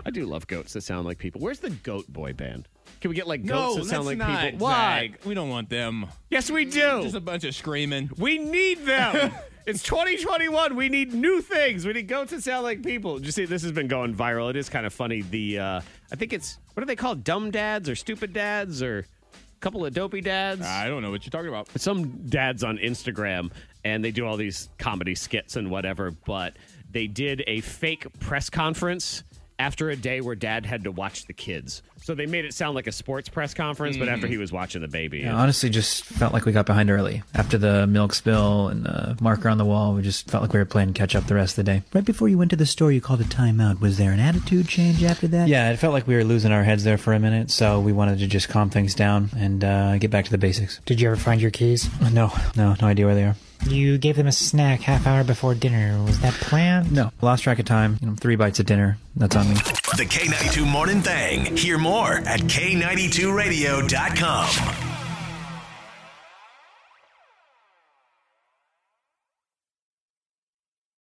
I do love goats that sound like people. Where's the goat boy band? Can we get like goats that sound like let's people? Why? We don't want them. Yes, we Just a do. bunch of screaming. We need them. it's 2021. We need new things. We need goats that sound like people. You see, this has been going viral. It is kind of funny. The uh I think it's what are they called? Dumb dads or stupid dads or a couple of dopey dads? I don't know what you're talking about. some dads on Instagram and they do all these comedy skits and whatever, but they did a fake press conference after a day where dad had to watch the kids. So they made it sound like a sports press conference, but after he was watching the baby. I honestly just felt like we got behind early. After the milk spill and the marker on the wall, we just felt like we were playing catch up the rest of the day. Right before you went to the store, you called a timeout. Was there an attitude change after that? Yeah, it felt like we were losing our heads there for a minute, so we wanted to just calm things down and uh, get back to the basics. Did you ever find your keys? No, no, no idea where they are. You gave them a snack half hour before dinner. Was that planned? No, lost track of time. You know, three bites of dinner. That's on me. The K92 Morning Thang. Hear more at K92Radio.com.